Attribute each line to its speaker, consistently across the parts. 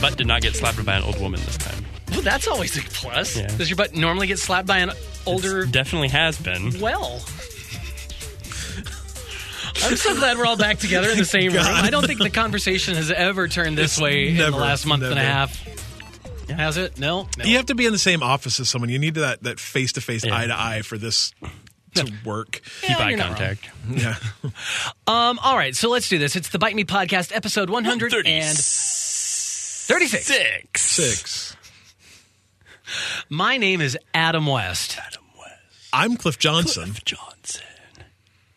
Speaker 1: butt did not get slapped by an old woman this time.
Speaker 2: Well, that's always a plus.
Speaker 1: Yeah.
Speaker 2: Does your butt normally get slapped by an older?
Speaker 1: Definitely has been.
Speaker 2: well. I'm so glad we're all back together in the same room. I don't think the conversation has ever turned this way in
Speaker 3: never,
Speaker 2: the last month and a
Speaker 3: never.
Speaker 2: half. Has it? No. no.
Speaker 3: You have to be in the same office as someone. You need that that face to face,
Speaker 1: Yeah.
Speaker 3: eye to eye for this to work.
Speaker 1: Keep
Speaker 2: Yeah,
Speaker 1: eye
Speaker 2: you're not wrong.
Speaker 1: contact.
Speaker 3: Yeah.
Speaker 2: Um. All right. So let's do this. It's the Bite Me podcast, episode 136.
Speaker 1: Six.
Speaker 3: Six.
Speaker 2: My name is Adam West.
Speaker 1: Adam West.
Speaker 3: I'm Cliff Johnson.
Speaker 1: Johnson.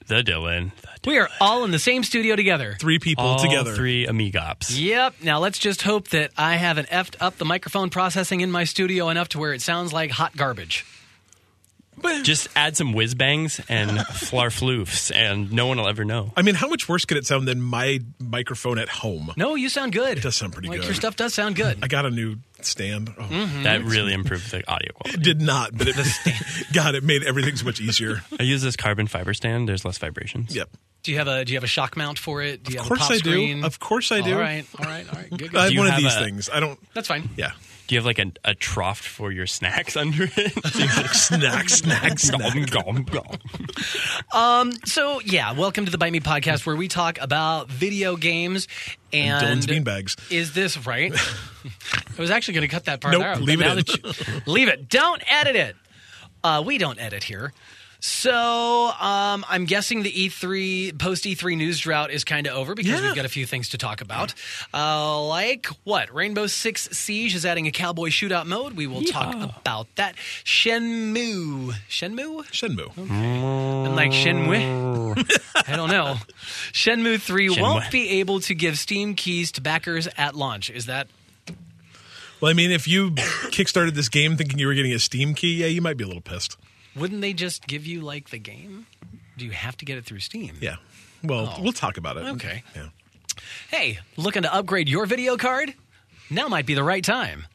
Speaker 1: The Dylan. The
Speaker 2: We are all in the same studio together.
Speaker 3: Three people
Speaker 1: All
Speaker 3: together.
Speaker 1: three amigops.
Speaker 2: Yep. Now let's just hope that I haven't effed up the microphone processing in my studio enough to where it sounds like hot garbage.
Speaker 1: Just add some whiz bangs and flarfloofs, and no one will ever know.
Speaker 3: I mean, how much worse could it sound than my microphone at home?
Speaker 2: No, you sound good. It
Speaker 3: does sound pretty
Speaker 2: like,
Speaker 3: good.
Speaker 2: Your stuff does sound good.
Speaker 3: I got a new stand. Oh,
Speaker 1: That really improved the audio
Speaker 3: It
Speaker 1: quality.
Speaker 3: did not, but it God, it made everything so much easier.
Speaker 1: I use this carbon fiber stand. There's less vibrations.
Speaker 3: Yep.
Speaker 2: Do you have a Do you have a shock mount for it? Do you
Speaker 3: Of
Speaker 2: have a
Speaker 3: course
Speaker 2: pop
Speaker 3: I
Speaker 2: screen?
Speaker 3: do. Of course I do.
Speaker 2: All right. All right. All right. Good.
Speaker 3: I
Speaker 2: good.
Speaker 3: have
Speaker 1: you
Speaker 3: one of
Speaker 1: have
Speaker 3: these
Speaker 1: a-
Speaker 3: things. I don't.
Speaker 2: That's fine.
Speaker 3: Yeah.
Speaker 1: Do you have like a, a trough for your snacks under it?
Speaker 3: Snack, snack, snack.
Speaker 1: Gom, gom, gom.
Speaker 2: So yeah, welcome to the Bite Me podcast, where we talk about video games and,
Speaker 3: Dylan's beanbags.
Speaker 2: Is this right? I was actually going to cut that part
Speaker 3: Nope,
Speaker 2: out. but
Speaker 3: leave it
Speaker 2: now
Speaker 3: in.
Speaker 2: that you- leave it. Don't edit it. Uh, we don't edit here. So um, I'm guessing the E3 post E3 news drought is kind of over because
Speaker 3: Yeah.
Speaker 2: we've got a few things to talk about, uh, like what Rainbow Six Siege is adding a cowboy shootout mode. We will talk about that. Shenmue, Shenmue,
Speaker 3: Shenmue.
Speaker 2: and like Shenmue. I don't know. Shenmue 3 won't
Speaker 1: Shenmue.
Speaker 2: be able to give Steam keys to backers at launch. Is that
Speaker 3: Well, I mean, if you kickstarted this game thinking you were getting a Steam key, yeah, you might be a little pissed.
Speaker 2: wouldn't they just give you like the game? Do you have to get it through Steam?
Speaker 3: Yeah. Well, we'll talk about it.
Speaker 2: Oh. Okay.
Speaker 3: Yeah.
Speaker 2: Hey, looking to upgrade your video card? Now might be the right time.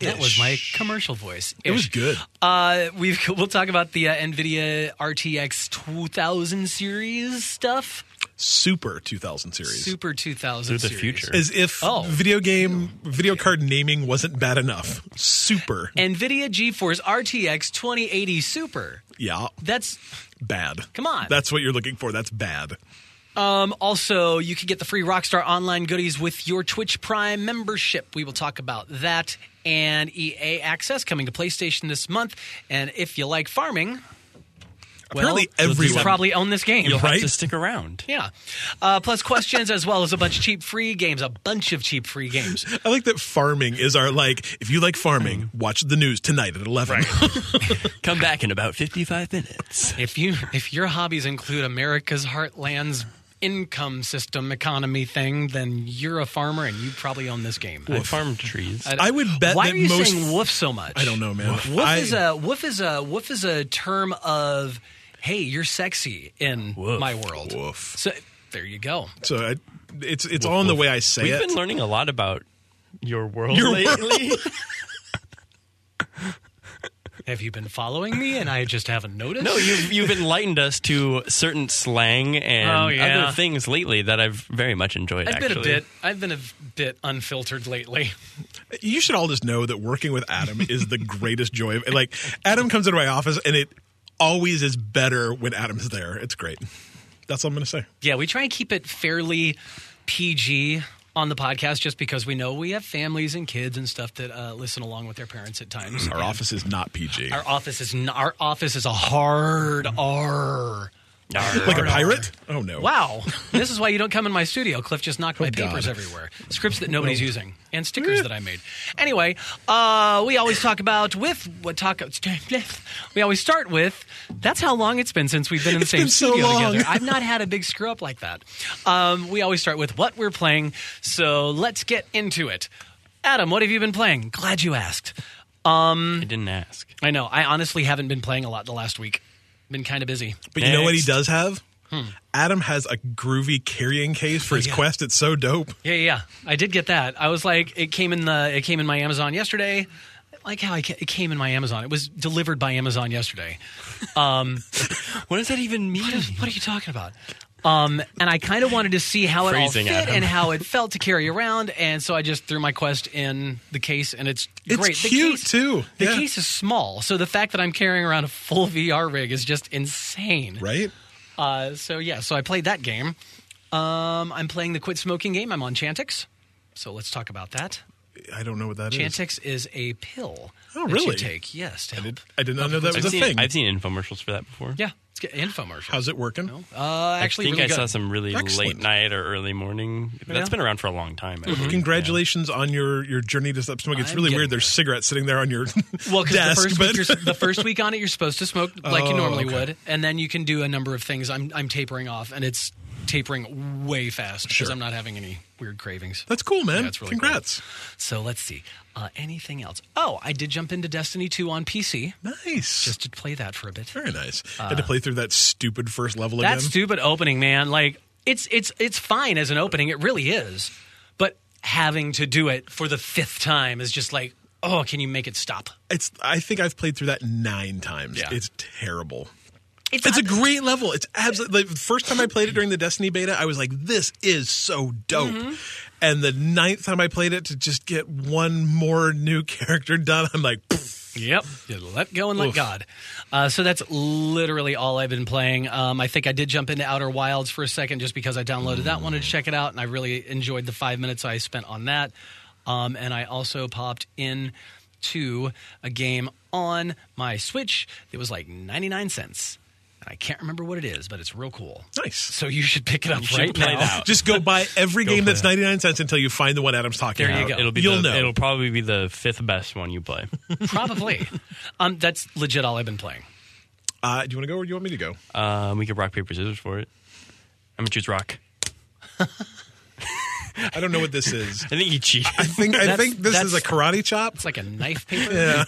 Speaker 2: That was my commercial voice.
Speaker 3: It was
Speaker 2: Ish.
Speaker 3: good.
Speaker 2: Uh, we've, we'll talk about the uh, NVIDIA RTX 2000 series stuff.
Speaker 3: Super 2000 series.
Speaker 2: Super 2000
Speaker 1: Through the
Speaker 2: series.
Speaker 1: future.
Speaker 3: As if
Speaker 2: Oh.
Speaker 3: video game video card naming wasn't bad enough. Super.
Speaker 2: NVIDIA GeForce RTX 2080 Super.
Speaker 3: Yeah.
Speaker 2: That's
Speaker 3: Bad.
Speaker 2: Come on.
Speaker 3: That's what you're looking for. That's bad.
Speaker 2: um, also you can get the free Rockstar online goodies with your Twitch Prime membership. We will talk about that and EA Access coming to PlayStation this month. And if you like farming, well,
Speaker 3: Apparently
Speaker 2: you
Speaker 3: everyone
Speaker 2: probably own this game.
Speaker 1: You'll
Speaker 3: Right?
Speaker 1: have to stick around.
Speaker 2: yeah. Uh, plus questions as well as a bunch of cheap free games, a bunch of cheap free games.
Speaker 3: I like that farming is our like. If you like farming,
Speaker 2: Mm.
Speaker 3: watch the news tonight at eleven.
Speaker 1: Come back in about 55 minutes.
Speaker 2: If you if your hobbies include America's heartland's income system economy thing, then you're a farmer and you probably own this game.
Speaker 1: I farmed trees.
Speaker 3: I would bet
Speaker 2: Why
Speaker 3: that
Speaker 2: are you
Speaker 3: most.
Speaker 2: saying woof so much?
Speaker 3: I don't know, man.
Speaker 2: Woof
Speaker 3: I-
Speaker 2: is a woof is a woof is a term of hey, you're sexy in
Speaker 1: Woof.
Speaker 2: my world.
Speaker 3: Woof.
Speaker 2: So there you go.
Speaker 3: So I, it's it's all in the way I say
Speaker 1: We've
Speaker 3: it.
Speaker 1: been learning a lot about your world
Speaker 3: Your
Speaker 1: lately.
Speaker 2: Have you been following me and I just haven't noticed?
Speaker 1: No, you've you've enlightened us to certain slang and
Speaker 2: Oh, yeah.
Speaker 1: other things lately that I've very much enjoyed.
Speaker 2: I've been a
Speaker 1: actually.
Speaker 2: bit I've been a bit unfiltered lately.
Speaker 3: you should all just know that working with Adam is the greatest joy. Of, like Adam comes into my office, and it always is better when Adam's there. It's great. That's all I'm going to say.
Speaker 2: Yeah, we try and keep it fairly PG on the podcast just because we know we have families and kids and stuff that uh, listen along with their parents at times.
Speaker 3: Our office is not PG.
Speaker 2: Our office is n- our office is a hard R. Um,
Speaker 3: like a pirate? Oh no!
Speaker 2: Wow, this is why you don't come in my studio. Cliff just knocked my
Speaker 3: Oh, God. Oh.
Speaker 2: papers everywhere, scripts that nobody's using, and stickers that I made. Anyway, uh, we always talk about with what talk. We always start with that's how long it's been since we've been in the same
Speaker 3: been so
Speaker 2: studio
Speaker 3: long.
Speaker 2: together. I've not had a big screw up like that. Um, we always start with what we're playing, so let's get into it. Adam, what have you been playing? Glad you asked.
Speaker 1: I didn't ask.
Speaker 2: I know. I honestly haven't been playing a lot the last week. Been kind of busy.
Speaker 3: But you know what he
Speaker 1: Next.
Speaker 3: does have? Adam has a groovy carrying case for his
Speaker 2: Hmm. yeah.
Speaker 3: quest. It's so dope.
Speaker 2: Yeah, yeah, yeah. I did get that. I was like, it came in the, it came in my Amazon yesterday. I Like how I ca- it came in my Amazon. It was delivered by Amazon yesterday.
Speaker 1: What does that even mean?
Speaker 2: What are you talking about? Um, and I kind of wanted to see how it all fit
Speaker 1: Phrasing, Adam.
Speaker 2: and how it felt to carry around, and so I just threw my Quest in the case, and it's,
Speaker 3: It's
Speaker 2: great.
Speaker 3: cute,
Speaker 2: the case,
Speaker 3: too.
Speaker 2: The
Speaker 3: Yeah.
Speaker 2: case is small, so the fact that I'm carrying around a full VR rig is just insane.
Speaker 3: right?
Speaker 2: Uh, so yeah, so I played that game. Um, I'm playing the quit smoking game. I'm on Chantix, so let's talk about that.
Speaker 3: I don't know what that is.
Speaker 2: Chantix is a pill.
Speaker 3: Hmm. Oh,
Speaker 2: that
Speaker 3: really?
Speaker 2: you take yes to help.
Speaker 3: I did not know that was
Speaker 1: I've
Speaker 3: a
Speaker 1: seen,
Speaker 3: thing.
Speaker 1: I've seen infomercials for that before.
Speaker 2: Yeah, it's get infomercial.
Speaker 3: How's it working?
Speaker 2: uh,
Speaker 1: I
Speaker 2: actually,
Speaker 1: think
Speaker 2: really
Speaker 1: I
Speaker 2: good.
Speaker 1: saw some really
Speaker 3: Excellent.
Speaker 1: late night or early morning. That's been around for a long time.
Speaker 2: Mm-hmm.
Speaker 1: actually.
Speaker 3: Congratulations on your, your journey to stop smoking. It's
Speaker 2: I'm
Speaker 3: really
Speaker 2: getting
Speaker 3: weird. There's cigarettes sitting there on your
Speaker 2: Well, because
Speaker 3: desk,
Speaker 2: the, first
Speaker 3: but
Speaker 2: week you're s- the first week on it, you're supposed to smoke like you
Speaker 3: Oh,
Speaker 2: normally
Speaker 3: okay.
Speaker 2: would, and then you can do a number of things. I'm I'm tapering off, and it's tapering way fast because
Speaker 3: Sure.
Speaker 2: I'm not having any weird cravings.
Speaker 3: that's cool, man.
Speaker 2: Yeah, it's really cool.
Speaker 3: Congrats.
Speaker 2: So let's see. Uh, anything else? Oh, I did jump into Destiny 2 on PC
Speaker 3: Nice.
Speaker 2: just uh, to play that for a bit.
Speaker 3: Very nice. Had to play through that stupid first level
Speaker 2: That
Speaker 3: again.
Speaker 2: stupid opening, man. Like it's it's it's fine as an opening. It really is, but having to do it for the fifth time is just like, oh, can you make it stop?
Speaker 3: it's. I think I've played through that nine times.
Speaker 2: Yeah.
Speaker 3: It's terrible. It's a
Speaker 2: I-
Speaker 3: great level. It's absolutely the first time I played it during the Destiny beta. I was like, "This is so dope." And the ninth time I played it to just get one more new character done, I'm like, "Pfft,
Speaker 2: Yep. You let go and let God. Uh, so that's literally all I've been playing. Um, I think I did jump into Outer Wilds for a second just because I downloaded that one to check it out, and I really enjoyed the five minutes I spent on that. Um, and I also popped in to a game on my Switch that was like 99 cents. And I can't remember what it is, but it's real cool.
Speaker 3: nice."
Speaker 2: So you should pick it up
Speaker 1: should
Speaker 2: right
Speaker 1: play
Speaker 2: now.
Speaker 1: that.
Speaker 3: Just go buy every game
Speaker 1: play
Speaker 3: that's
Speaker 1: it.
Speaker 3: 99 cents until you find the one Adam's talking
Speaker 2: There you
Speaker 3: about.
Speaker 2: go.
Speaker 1: It'll be
Speaker 3: You'll
Speaker 1: the,
Speaker 3: know.
Speaker 1: It'll probably be the fifth best one you play.
Speaker 2: Probably. um, that's legit all I've been playing.
Speaker 3: Uh, do you want to go or do you want me to go?
Speaker 1: um, we could rock paper scissors for it. I'm gonna choose rock.
Speaker 3: I don't know what this is.
Speaker 1: I think he cheated.
Speaker 3: I think I
Speaker 2: That's-
Speaker 3: think this is a
Speaker 2: that's-
Speaker 3: karate chop.
Speaker 2: It's like a knife paper.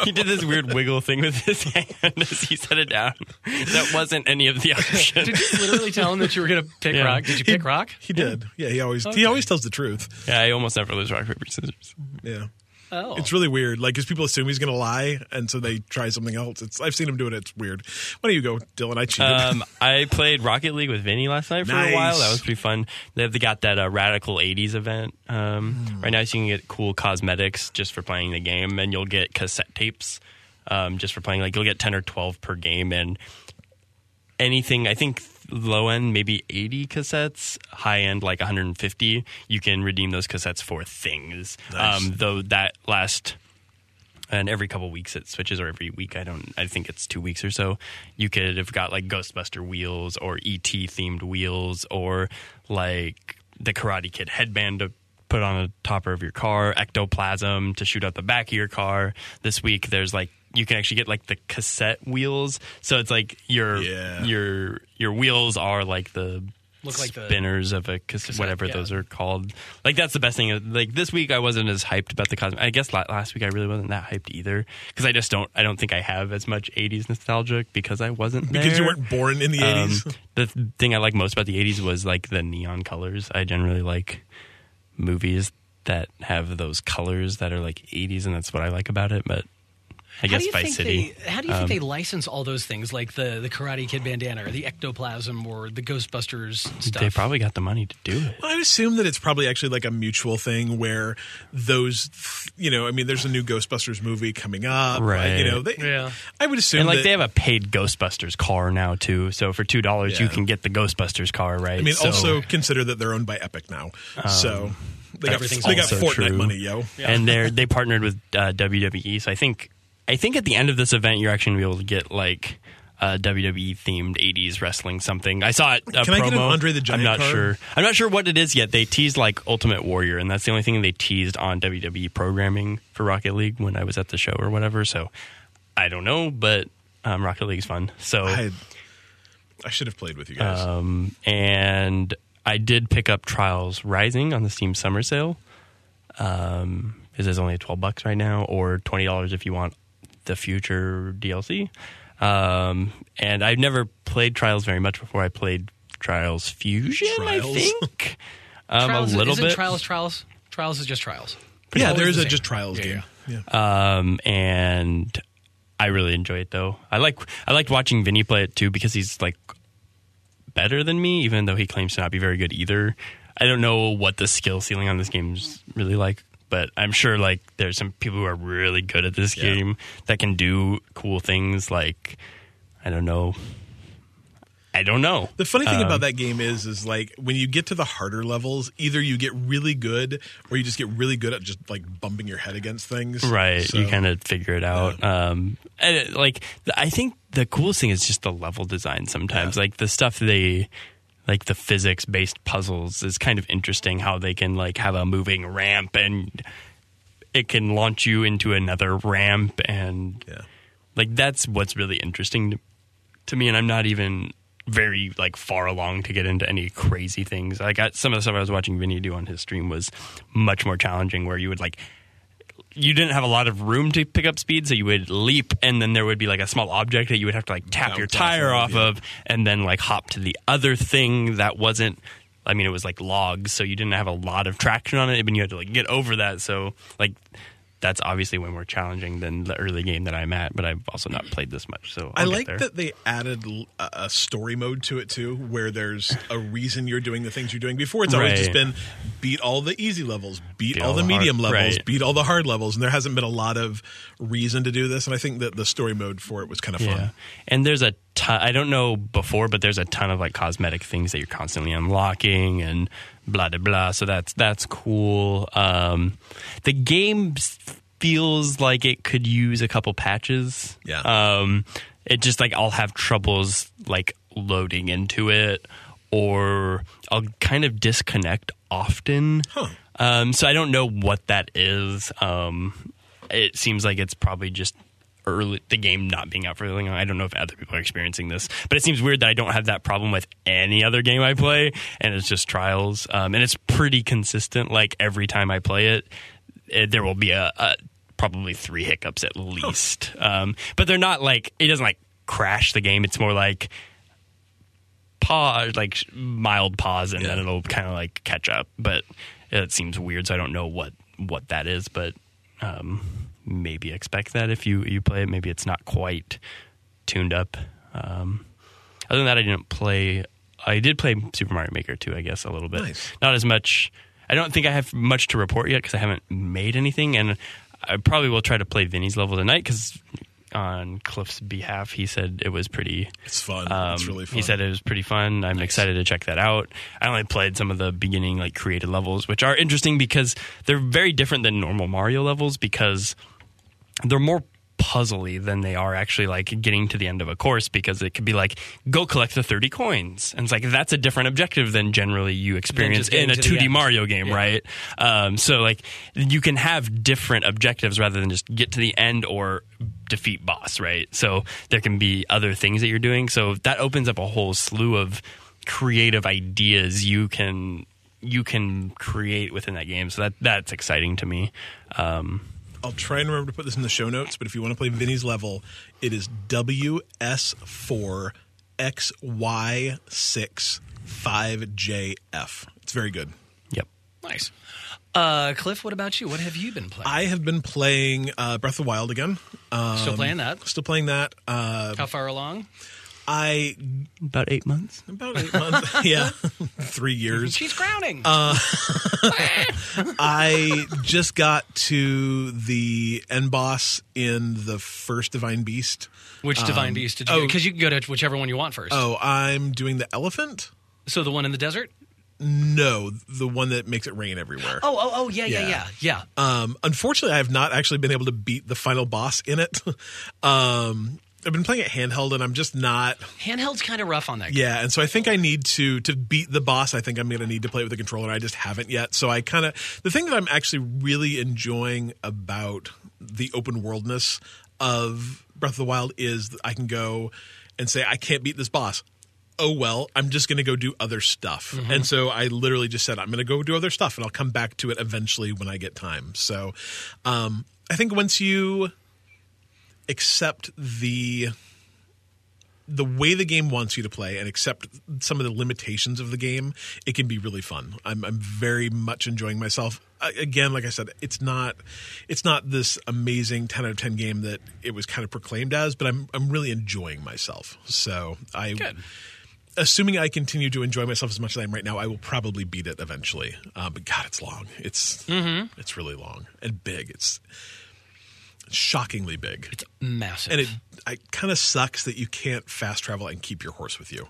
Speaker 1: he did this weird wiggle thing with his hand as he set it down. That wasn't any of the options.
Speaker 2: Did you literally tell him that you were going to pick
Speaker 1: Yeah.
Speaker 2: rock? Did you pick rock?
Speaker 3: He did. Yeah, he always he always tells the truth.
Speaker 1: yeah, I almost never lose rock paper scissors.
Speaker 3: Yeah.
Speaker 2: Oh,
Speaker 3: It's really weird. Like, because people assume he's going to lie, and so they try something else. It's I've seen him do it. It's weird. Why don't you go, Dylan? I cheated.
Speaker 1: Um, I played Rocket League with Vinny last night for
Speaker 3: Nice.
Speaker 1: a while. That was pretty fun. They have they got that uh, Radical 80s event um,
Speaker 3: Hmm.
Speaker 1: right now, so you can get cool cosmetics just for playing the game, and you'll get cassette tapes um, just for playing. Like you'll get 10 or 12 per game, and anything I think low end maybe 80 cassettes, high end like 150. You can redeem those cassettes for things.
Speaker 3: Nice.
Speaker 1: Um, though that last and every couple weeks it switches or every week i don't i think it's two weeks or so you could have got like ghostbuster wheels or et themed wheels or like the karate kid headband to put on the topper of your car ectoplasm to shoot out the back of your car this week there's like you can actually get like the cassette wheels so it's like your
Speaker 3: Yeah.
Speaker 1: your your wheels are like the
Speaker 2: Look like the-
Speaker 1: spinners of a cassette, whatever
Speaker 2: yeah.
Speaker 1: those are are called. Like that's the best thing. Like this week, I wasn't as hyped about the cosmic. I guess la- last week I really wasn't that hyped either because I just don't. I don't think I have as much '80s nostalgic because I wasn't
Speaker 3: because you
Speaker 1: there.
Speaker 3: weren't born in the
Speaker 1: Um,
Speaker 3: eighties.
Speaker 1: the th- thing I like most about the '80s was like the neon colors. I generally like movies that have those colors that are like '80s, and that's what I like about it. But I
Speaker 2: how
Speaker 1: guess
Speaker 2: do you
Speaker 1: Vice
Speaker 2: think
Speaker 1: City.
Speaker 2: they? How do you think they
Speaker 3: Um,
Speaker 2: license all those things, like the the Karate Kid bandana, or the ectoplasm, or the Ghostbusters stuff?
Speaker 1: they probably got the money to do it.
Speaker 3: I would assume that it's probably actually like a mutual thing where those, th- you know, I mean, there's a new Ghostbusters movie coming up,
Speaker 1: Right.
Speaker 3: You know, they,
Speaker 2: Yeah.
Speaker 3: I would assume
Speaker 1: And like
Speaker 3: that-
Speaker 1: they have a paid Ghostbusters car now too. So for two dollars
Speaker 3: Yeah.
Speaker 1: you can get the Ghostbusters car, right?
Speaker 3: I mean,
Speaker 1: So- Um,
Speaker 3: also consider that they're owned by Epic now, so they got
Speaker 2: everything's
Speaker 3: they got
Speaker 1: also
Speaker 3: Fortnite
Speaker 1: true.
Speaker 3: money, yo.
Speaker 1: and they are they partnered with uh, WWE. So I think I think at the end of this event, you're actually gonna be able to get like uh, WWE themed '80s wrestling something. I saw it. A
Speaker 3: Can I
Speaker 1: promo.
Speaker 3: get an Andre the Giant
Speaker 1: I'm not
Speaker 3: card?
Speaker 1: sure. I'm not sure what it is yet. They teased like Ultimate Warrior, and that's the only thing they teased on WWE programming for Rocket League when I was at the show or whatever. So I don't know, but um, Rocket League's fun. So
Speaker 3: I, I should have played with you guys.
Speaker 1: um, and I did pick up Trials Rising on the Steam Summer Sale. Um, this is only twelve bucks right now, or twenty dollars if you want the future DLC. Um, and I've never played Trials very much before. I played Trials Fusion,
Speaker 3: Trials?
Speaker 1: I think, um,
Speaker 2: trials,
Speaker 1: a little
Speaker 2: isn't
Speaker 1: bit.
Speaker 2: Trials, trials, trials is just trials.
Speaker 3: yeah, there
Speaker 2: always
Speaker 3: is
Speaker 2: the
Speaker 3: a
Speaker 2: same.
Speaker 3: just trials
Speaker 2: Yeah,
Speaker 3: game. Yeah.
Speaker 1: um, and I really enjoy it though. I like I liked watching Vinny play it too because he's like better than me, even though he claims to not be very good either. I don't know what the skill ceiling on this game's really like, but I'm sure like there's some people who are really good at this
Speaker 3: Yeah.
Speaker 1: game that can do cool things like I don't know. I don't know.
Speaker 3: The funny thing
Speaker 1: Um,
Speaker 3: about that game is, is like when you get to the harder levels, either you get really good or you just get really good at just like bumping your head against things.
Speaker 1: Right.
Speaker 3: So-
Speaker 1: You kind of figure it out. Um, and it, like, th- I think the coolest thing is just the level design sometimes. Like, the stuff they, like, the physics based puzzles is kind of interesting how they can, like, have a moving ramp and it can launch you into another ramp. And,
Speaker 3: Yeah.
Speaker 1: like, that's what's really interesting to, to me. And I'm not even very like far along to get into any crazy things. Like I, some of the stuff I was watching Vinny do on his stream was much more challenging where you would like you didn't have a lot of room to pick up speed, so you would leap, and then there would be like a small object that you would have to like tap
Speaker 3: Bounce
Speaker 1: your
Speaker 3: off
Speaker 1: tire
Speaker 3: of,
Speaker 1: off
Speaker 3: yeah.
Speaker 1: of, and then like hop to the other thing that wasn't. I mean, it was like logs, so you didn't have a lot of traction on it, but you had to like get over that. So like. That's obviously way more challenging than the early game that I'm at, but I've also not played this much, so
Speaker 3: I
Speaker 1: I'll get
Speaker 3: like
Speaker 1: there.
Speaker 3: that they added l- a a story mode to it too, where there's a reason you're doing the things you're doing. Before, it's always just
Speaker 1: Right.
Speaker 3: been beat all the easy levels, beat,
Speaker 1: Beat
Speaker 3: all,
Speaker 1: all
Speaker 3: the
Speaker 1: the hard-
Speaker 3: medium levels,
Speaker 1: right.
Speaker 3: beat all the hard levels, and there hasn't been a lot of reason to do this. And I think that the story mode for it was kind of fun.
Speaker 1: Yeah. And there's a ton, I don't know before, but there's a ton of like cosmetic things that you're constantly unlocking and blah, blah, blah. So that's, that's cool. Um, the game s- feels like it could use a couple patches.
Speaker 3: Yeah.
Speaker 1: Um, it just like I'll have troubles like loading into it or I'll kind of disconnect often.
Speaker 3: Huh.
Speaker 1: Um, so I don't know what that is. Um, it seems like it's probably just early the game not being out for really long. I don't know if other people are experiencing this, but it seems weird that I don't have that problem with any other game I play, and it's just trials. Um, and it's pretty consistent. Like every time I play it, it there will be a, a probably three hiccups at least. Um, but they're not like it doesn't like crash the game. It's more like pause, like sh- mild pause, and then
Speaker 3: Yeah.
Speaker 1: it'll kind of like catch up. But it seems weird, so I don't know what what that is. But um, maybe expect that if you you play it. Maybe it's not quite tuned up. Um, other than that, I didn't play. I did play Super Mario Maker 2, I guess, a little bit.
Speaker 3: Nice.
Speaker 1: Not as much. I don't think I have much to report yet because I haven't made anything, and I probably will try to play Vinny's level tonight because on Cliff's behalf, he said it was pretty
Speaker 3: It's fun. it's really fun.
Speaker 1: Um, he said it was pretty fun. I'm excited to check that out. I only played some of the beginning like created levels, which are interesting because they're very different than normal Mario levels because they're more puzzly than they are actually like getting to the end of a course because it could be like go collect the 30 coins and it's like that's a different objective than generally you experience
Speaker 2: getting
Speaker 1: in a
Speaker 2: to the
Speaker 1: 2d
Speaker 2: end.
Speaker 1: mario game
Speaker 2: Yeah.
Speaker 1: right um, so like you can have different objectives rather than just get to the end or defeat boss right so there can be other things that you're doing so that opens up a whole slew of creative ideas you can you can create within that game so that that's exciting to me um,
Speaker 3: I'll try and remember to put this in the show notes, but if you want to play Vinny's level, it is WS4XY65JF. It's very good.
Speaker 1: yep
Speaker 2: Nice. Uh, Cliff, what about you? What have you been playing?
Speaker 3: I have been playing uh, Breath of the Wild again. Um,
Speaker 2: Still playing that?
Speaker 3: Still playing that. Uh,
Speaker 2: How far along?
Speaker 3: I
Speaker 1: about eight months
Speaker 3: about eight months. yeah, three years.
Speaker 2: She's crowning.
Speaker 3: Uh, I just got to the end boss in the first Divine Beast.
Speaker 2: Which divine beast did you?
Speaker 3: oh.
Speaker 2: Because you can go to whichever one you want first.
Speaker 3: Oh, I'm doing the elephant.
Speaker 2: So the one in the desert?
Speaker 3: No, the one that makes it rain everywhere.
Speaker 2: Oh, oh, oh, yeah, yeah,
Speaker 3: Yeah.
Speaker 2: yeah, yeah.
Speaker 3: Um, unfortunately, I have not actually been able to beat the final boss in it. um, I've been playing it handheld, and I'm just not.
Speaker 2: Handheld's kind of rough on that.
Speaker 3: Yeah, and so I think I need to to beat the boss. I think I'm going to need to play with the controller. I just haven't yet. So I kind of the thing that I'm actually really enjoying about the open worldness of Breath of the Wild is that I can go and say I can't beat this boss. Oh well, I'm just going to go do other stuff. And so I literally just said I'm going to go do other stuff, and I'll come back to it eventually when I get time. So um, I think once you accept the the way the game wants you to play and accept some of the limitations of the game, it can be really fun. I'm, I'm very much enjoying myself. I- Again, like I said, it's not it's not this amazing 10 out of 10 game that it was kind of proclaimed as, but I'm I'm really enjoying myself. So I
Speaker 2: Good.
Speaker 3: assuming I continue to enjoy myself as much as I am right now, I will probably beat it eventually. Uh, but God, it's long. It's it's really long and big. It's shockingly big,
Speaker 2: Massive.
Speaker 3: and it it kind of sucks that you can't fast travel and keep your horse with you.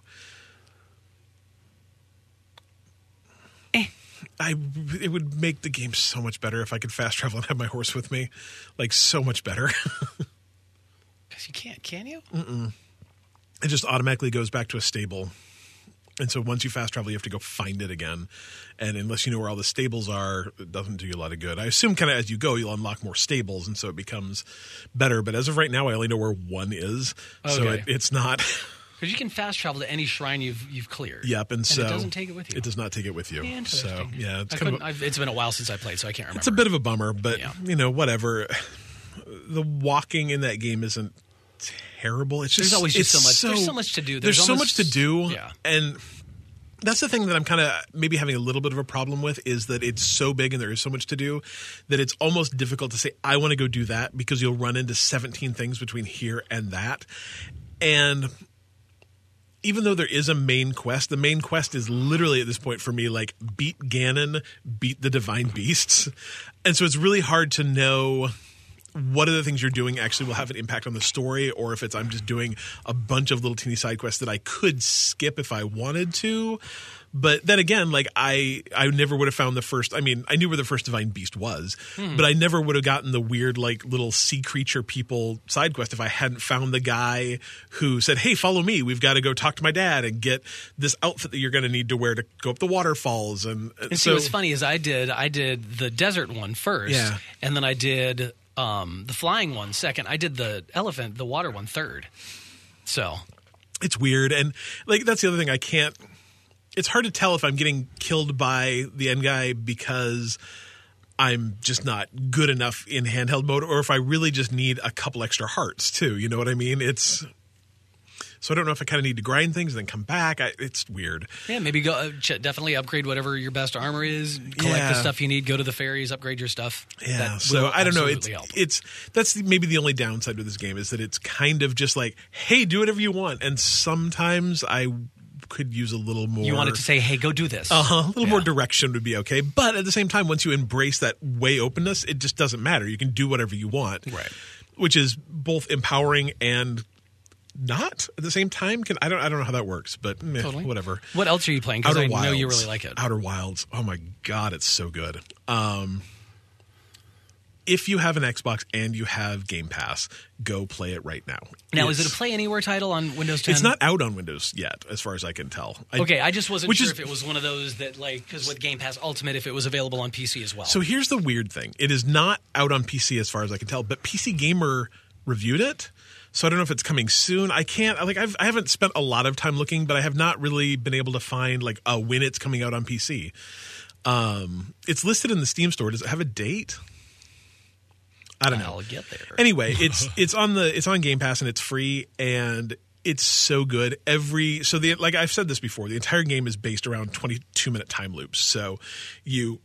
Speaker 3: I it would make the game so much better if I could fast travel and have my horse with me, like so much better.
Speaker 2: Because you can't, can you?
Speaker 3: it just automatically goes back to a stable. And so once you fast travel, you have to go find it again. And unless you know where all the stables are, it doesn't do you a lot of good. I assume kind of as you go, you'll unlock more stables, and so it becomes better. But as of right now, I only know where one is, so
Speaker 2: Okay.
Speaker 3: it, it's not.
Speaker 2: Because you can fast travel to any shrine you've you've cleared.
Speaker 3: yep, and,
Speaker 2: And
Speaker 3: so
Speaker 2: it doesn't take it with you.
Speaker 3: It does not take it with you. So
Speaker 2: Interesting.
Speaker 3: yeah, it's
Speaker 2: I
Speaker 3: kind of
Speaker 2: couldn't- I've- it's been a while since I played, so I can't remember.
Speaker 3: It's a bit of a bummer, but
Speaker 2: Yeah.
Speaker 3: you know, whatever. The walking in that game isn't terrible. It's just
Speaker 2: There's always just
Speaker 3: it's
Speaker 2: so much- there's so much to do.
Speaker 3: There's,
Speaker 2: There's
Speaker 3: so
Speaker 2: almost-
Speaker 3: much to do,
Speaker 2: yeah.
Speaker 3: and that's the thing that I'm kind of maybe having a little bit of a problem with is that it's so big and there is so much to do that it's almost difficult to say I want to go do that because you'll run into 17 things between here and that, and even though there is a main quest, the main quest is literally at this point for me like beat Ganon, beat the divine beasts. And so it's really hard to know what other things you're doing actually will have an impact on the story or if it's I'm just doing a bunch of little teeny side quests that I could skip if I wanted to. But then again, like I I never would have found the first I mean, I knew where the first divine beast was,
Speaker 2: Hmm.
Speaker 3: but I never would have gotten the weird like little sea creature people side quest if I hadn't found the guy who said, "Hey, follow me. We've got to go talk to my dad and get this outfit that you're going to need to wear to go up the waterfalls." And, and
Speaker 2: And see,
Speaker 3: so
Speaker 2: what's funny is I did I did the desert one first,
Speaker 3: Yeah.
Speaker 2: and then I did um, the flying one second. I did the elephant, the water one third. So
Speaker 3: it's weird and like that's the other thing i can't it's hard to tell if i'm getting killed by the end guy because i'm just not good enough in handheld mode or if i really just need a couple extra hearts too you know what i mean it's so i don't know if i kind of need to grind things and then come back I, it's weird
Speaker 2: yeah, maybe go uh, ch- definitely upgrade whatever your best armor is. Collect
Speaker 3: Yeah.
Speaker 2: the stuff you need. Go to the fairies, upgrade your stuff.
Speaker 3: Yeah,
Speaker 2: That
Speaker 3: so
Speaker 2: will
Speaker 3: I don't know. It's
Speaker 2: absolutely help.
Speaker 3: it's that's the, maybe the only downside with this game is that it's kind of just like, hey, do whatever you want, and sometimes I could use a little more.
Speaker 2: you wanted to say, "Hey, go do this."
Speaker 3: Uh-huh. A little more direction would be okay. But at the same time, once you embrace that way openness, it just doesn't matter. You can do whatever you want.
Speaker 2: Right.
Speaker 3: Which is both empowering and not at the same time. Can I don't I don't know how that works, but meh,
Speaker 2: Totally.
Speaker 3: whatever.
Speaker 2: What else are you playing? Because
Speaker 3: Outer
Speaker 2: I
Speaker 3: Wilds.
Speaker 2: know you really like it.
Speaker 3: Outer Wilds. Oh my god, it's so good. Um if you have an Xbox and you have Game Pass, go play it right now.
Speaker 2: now, is it
Speaker 3: It's-
Speaker 2: a Play Anywhere title on Windows 10?
Speaker 3: It's not out on Windows yet, as far as I can tell. I-
Speaker 2: Okay, I just wasn't
Speaker 3: Which
Speaker 2: sure
Speaker 3: is-
Speaker 2: if it was one of those that, like, because with Game Pass Ultimate, if it was available on PC as well.
Speaker 3: So here's the weird thing. It is not out on PC as far as I can tell, but PC Gamer reviewed it. So I don't know if it's coming soon. I can't I- like I've I haven't spent a lot of time looking, but I have not really been able to find like uh, when it's coming out on PC. Um it's listed in the Steam store. Does it have a date? I don't know.
Speaker 2: I'll get there.
Speaker 3: Anyway, it's it's on the it's on Game Pass and it's free and it's so good. Every so the like I've said this before, the entire game is based around 22 minute time loops. So you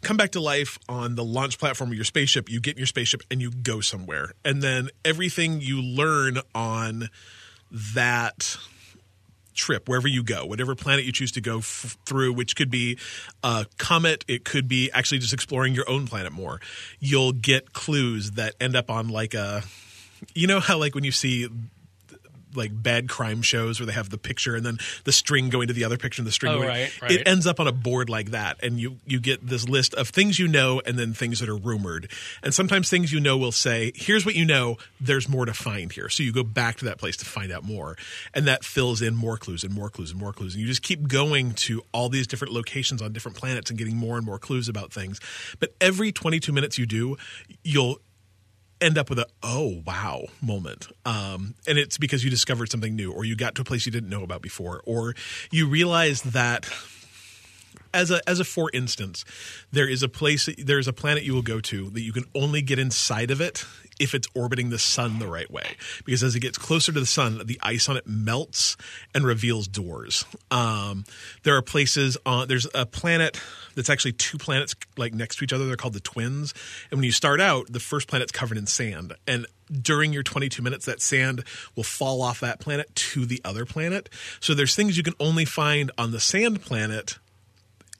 Speaker 3: come back to life on the launch platform of your spaceship, you get in your spaceship and you go somewhere. And then everything you learn on that trip wherever you go whatever planet you choose to go f- through which could be a comet it could be actually just exploring your own planet more you'll get clues that end up on like a you know how like when you see like bad crime shows where they have the picture and then the string going to the other picture and the string
Speaker 2: Oh,
Speaker 3: going
Speaker 2: right,
Speaker 3: it
Speaker 2: right.
Speaker 3: ends up on a board like that and you you get this list of things you know and then things that are rumored and sometimes things you know will say here's what you know there's more to find here so you go back to that place to find out more and that fills in more clues and more clues and more clues and you just keep going to all these different locations on different planets and getting more and more clues about things but every 22 minutes you do you'll end up with a oh wow moment um, and it's because you discovered something new or you got to a place you didn't know about before or you realize that as a as a for instance, there is a place there is a planet you will go to that you can only get inside of it if it's orbiting the sun the right way. Because as it gets closer to the sun, the ice on it melts and reveals doors. Um, there are places on there's a planet that's actually two planets like next to each other. They're called the twins. And when you start out, the first planet's covered in sand and during your 22 minutes, that sand will fall off that planet to the other planet. So there's things you can only find on the sand planet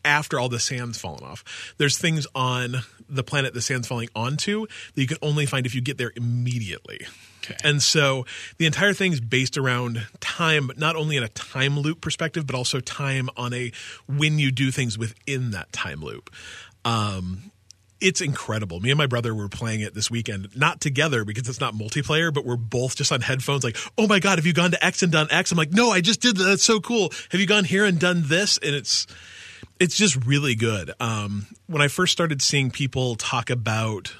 Speaker 3: after all the sand's fallen off. There's things on the planet the sand's falling onto that you can only find if you get there immediately.
Speaker 2: Okay.
Speaker 3: And so the entire thing's based around time, but not only in a time loop perspective, but also time on a when you do things within that time loop. Um, it's incredible. Me and my brother were playing it this weekend, not together because it's not multiplayer, but we're both just on headphones, like, oh my God, have you gone to X and done X? I'm like, no, I just did that. That's so cool. Have you gone here and done this? And it's it's just really good. Um, when I first started seeing people talk about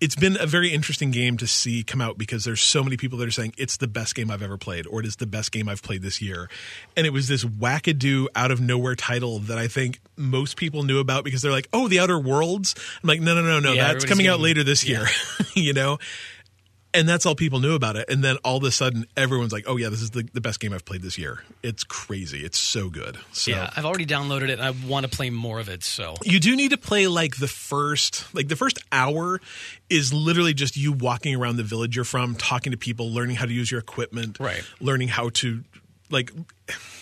Speaker 3: it's been a very interesting game to see come out because there's so many people that are saying it's the best game I've ever played or it is the best game I've played this year. And it was this wackadoo out of nowhere title that I think most people knew about because they're like, oh, The Outer Worlds. I'm like, no, no, no, no,
Speaker 2: Yeah, everybody's
Speaker 3: that's coming out
Speaker 2: getting-
Speaker 3: later this year, you know? And that's all people knew about it. And then all of a sudden, everyone's like, oh, yeah, this is the, the best game I've played this year. It's crazy. It's so good. So
Speaker 2: Yeah, I've already downloaded it and I want to play more of it. So
Speaker 3: you do need to play like the first like the first hour is literally just you walking around the village you're from talking to people learning how to use your equipment
Speaker 2: Right.
Speaker 3: learning how to like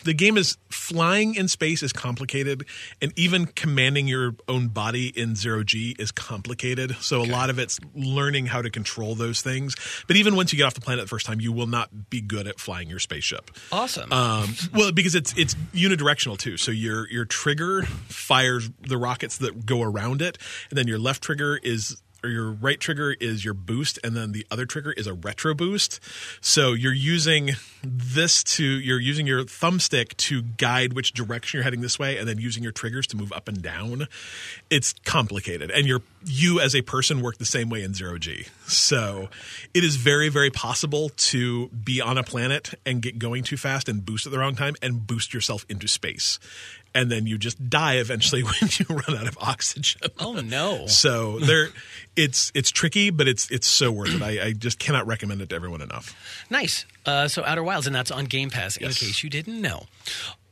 Speaker 3: the game is flying in space is complicated and even commanding your own body in zero g is complicated so a lot of it's learning how to control those things but even once you get off the planet the first time you will not be good at flying your spaceship
Speaker 2: awesome.
Speaker 3: um, well, because it's it's unidirectional too. So your your trigger fires the rockets that go around it, and then your left trigger is or your right trigger is your boost, and then the other trigger is a retro boost. So you're using this to you're using your thumbstick to guide which direction you're heading this way, and then using your triggers to move up and down. It's complicated, and you're you as a person work the same way in zero g. So it is very very possible to be on a planet and get going too fast and boost at the wrong time and boost yourself into space, and then you just die eventually when you run out of oxygen.
Speaker 2: oh no.
Speaker 3: So there, it's it's tricky, but it's it's so worth it. I, I just cannot recommend it to everyone enough.
Speaker 2: Nice. Uh, so Outer Wilds, and that's on Game Pass,
Speaker 3: Yes.
Speaker 2: in case you didn't know.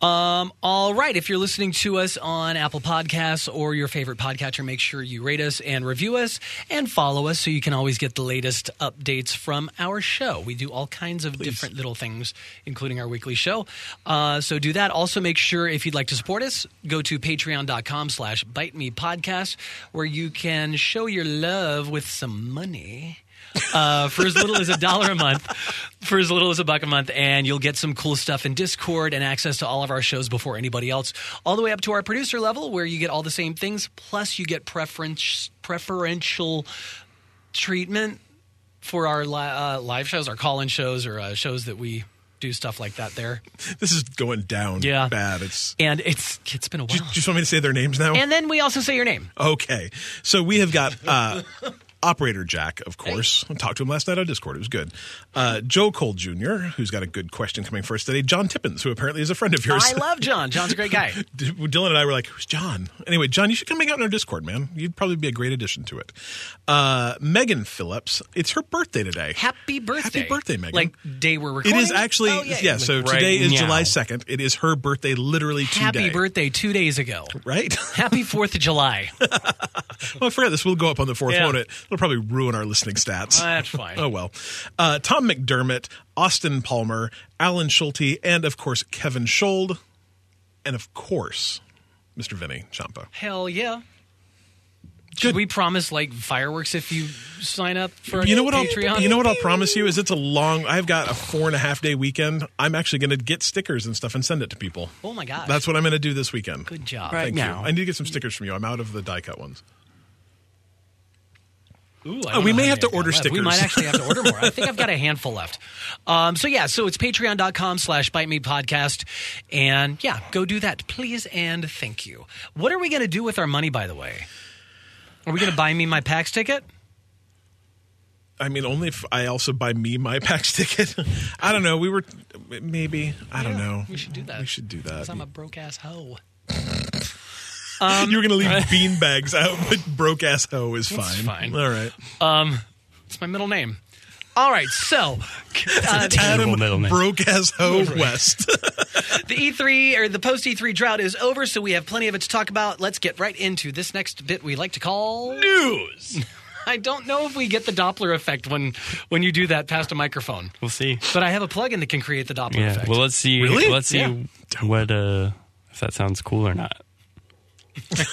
Speaker 2: Um, all right. If you're listening to us on Apple Podcasts or your favorite podcatcher, make sure you rate us and review us and follow us so you can always get the latest updates from our show. We do all kinds of different little things, including our weekly show. Uh, so do that. Also, make sure if you'd like to support us, go to patreon.com slash bite me podcast where you can show your love with some money uh, for as little as a dollar a month, for as little as a buck a month, and you'll get some cool stuff in Discord and access to all of our shows before anybody else, all the way up to our producer level where you get all the same things, plus you get preference preferential treatment for our li- uh, live shows, our call-in shows, or uh, shows that we do stuff like that there.
Speaker 3: This is going down
Speaker 2: Yeah.
Speaker 3: bad. It's.
Speaker 2: And it's it's been a
Speaker 3: Do you,
Speaker 2: while.
Speaker 3: do you just want me to say their names now?
Speaker 2: And then we also say your name.
Speaker 3: Okay. So we have got uh, Operator Jack, of course. I talked to him last night on Discord. It was good. Uh, Joe Cole Jr., who's got a good question coming for us today. John Tippins, who apparently is a friend of yours.
Speaker 2: I love John. John's a great guy.
Speaker 3: D- Dylan and I were like, "Who's John?" Anyway, John, you should come hang out in our Discord, man. You'd probably be a great addition to it. Uh, Megan Phillips, it's her birthday today.
Speaker 2: Happy birthday.
Speaker 3: birthday, Megan.
Speaker 2: Like day we're
Speaker 3: it
Speaker 2: recording.
Speaker 3: is actually
Speaker 2: Oh,
Speaker 3: yeah. So today
Speaker 1: right
Speaker 3: is
Speaker 1: now.
Speaker 3: July second. It is her birthday, literally today.
Speaker 2: Happy birthday two days ago.
Speaker 3: Right?
Speaker 2: Happy Fourth of July.
Speaker 3: well, I forgot this. We'll go up on the fourth,
Speaker 2: Yeah.
Speaker 3: won't it? It'll probably ruin our listening stats.
Speaker 2: That's fine.
Speaker 3: Oh well. Uh, Tom McDermott, Austin Palmer, Alan Schulte, and of course Kevin Schold, and of course Mr. Vinny Champa.
Speaker 2: Hell yeah. Should we promise like fireworks if you sign up for
Speaker 3: You know what
Speaker 2: Patreon?
Speaker 3: I'll you know what I'll promise you is it's a long. I've got a four and a half day weekend. I'm actually going to get stickers and stuff and send it to people.
Speaker 2: Oh my gosh.
Speaker 3: That's what I'm going to do this weekend.
Speaker 2: Good job.
Speaker 1: Right
Speaker 3: Thank
Speaker 1: now.
Speaker 3: you. I need to get some stickers from you. I'm out of the die cut ones.
Speaker 2: Ooh, I
Speaker 3: Oh,
Speaker 2: don't
Speaker 3: we
Speaker 2: know
Speaker 3: may
Speaker 2: how
Speaker 3: have
Speaker 2: many I've
Speaker 3: to
Speaker 2: got
Speaker 3: order
Speaker 2: left. We
Speaker 3: stickers.
Speaker 2: might actually have to order more. I think I've got a handful left. Um, so yeah, so it's patreon.com slash bite me podcast. And yeah, go do that, please and thank you. What are we gonna do with our money, by the way? Are we gonna buy me my PAX ticket?
Speaker 3: Uh, I mean, only if I also buy me my PAX ticket. I don't know. We were maybe. I don't know.
Speaker 2: We should do that.
Speaker 3: We should do that.
Speaker 2: Because I'm a broke ass hoe.
Speaker 1: Um,
Speaker 3: you were going to leave beanbags out, but broke ass hoe is fine.
Speaker 2: fine.
Speaker 3: All right.
Speaker 2: It's my middle name. All right, so uh,
Speaker 1: Terrible middle name.
Speaker 3: Broke ass hoe West.
Speaker 2: the E3 or the post E3 drought is over, so we have plenty of it to talk about. Let's get right into this next bit we like to call.
Speaker 1: News.
Speaker 2: I don't know if we get the Doppler effect when when you do that past a microphone,
Speaker 1: We'll see.
Speaker 2: but I have a plugin that can create the Doppler
Speaker 1: Yeah.
Speaker 2: effect.
Speaker 1: Well, let's see.
Speaker 3: Really?
Speaker 1: Let's see
Speaker 2: Yeah.
Speaker 1: what uh, if that sounds cool or not.
Speaker 2: I'm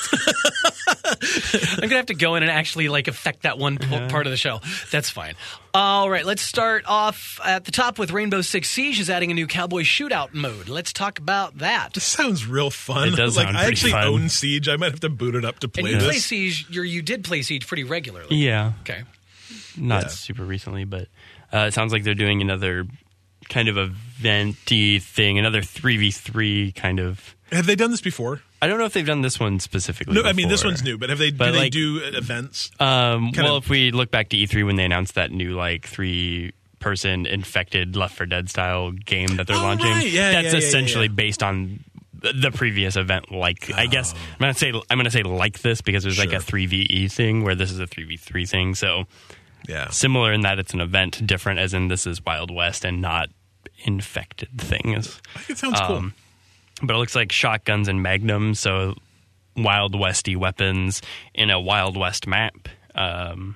Speaker 2: gonna have to go in and actually like affect that one po-
Speaker 1: Uh-huh.
Speaker 2: part of the show. That's fine. All right, let's start off at the top with Rainbow Six Siege is adding a new cowboy shootout mode. Let's talk about that.
Speaker 3: This sounds real fun.
Speaker 1: It does
Speaker 3: like,
Speaker 1: sound
Speaker 3: I
Speaker 1: pretty
Speaker 3: actually
Speaker 1: fun.
Speaker 3: own Siege. I might have to boot it up to
Speaker 2: And
Speaker 3: play
Speaker 2: you play
Speaker 3: this.
Speaker 2: Siege, you're, you did play Siege pretty regularly.
Speaker 1: Yeah.
Speaker 2: Okay.
Speaker 1: Not
Speaker 3: Yeah.
Speaker 1: super recently, but uh, it sounds like they're doing another kind of eventy thing, another three v three kind of.
Speaker 3: have they done this before?
Speaker 1: I don't know if they've done this one specifically.
Speaker 3: No, I mean this
Speaker 1: before.
Speaker 3: one's new. But have they?
Speaker 1: But,
Speaker 3: do they
Speaker 1: like-
Speaker 3: do uh, events?
Speaker 1: Um,
Speaker 3: Kinda-
Speaker 1: well, if we look back to E3 when they announced that new like three person infected Left for Dead style game that they're
Speaker 3: Oh,
Speaker 1: launching,
Speaker 3: right. Yeah, yeah,
Speaker 1: that's
Speaker 3: yeah, yeah,
Speaker 1: essentially
Speaker 3: yeah.
Speaker 1: based on th- the previous event. Like, I guess I'm gonna say I'm gonna say like this because there's like
Speaker 3: Sure.
Speaker 1: a three v E thing where this is a three v three thing. So
Speaker 3: yeah.
Speaker 1: similar in that it's an event, different as in this is Wild West and not infected things.
Speaker 3: I think it sounds
Speaker 1: Um, But it looks like shotguns and magnums, so Wild Westy weapons in a Wild West map. Um,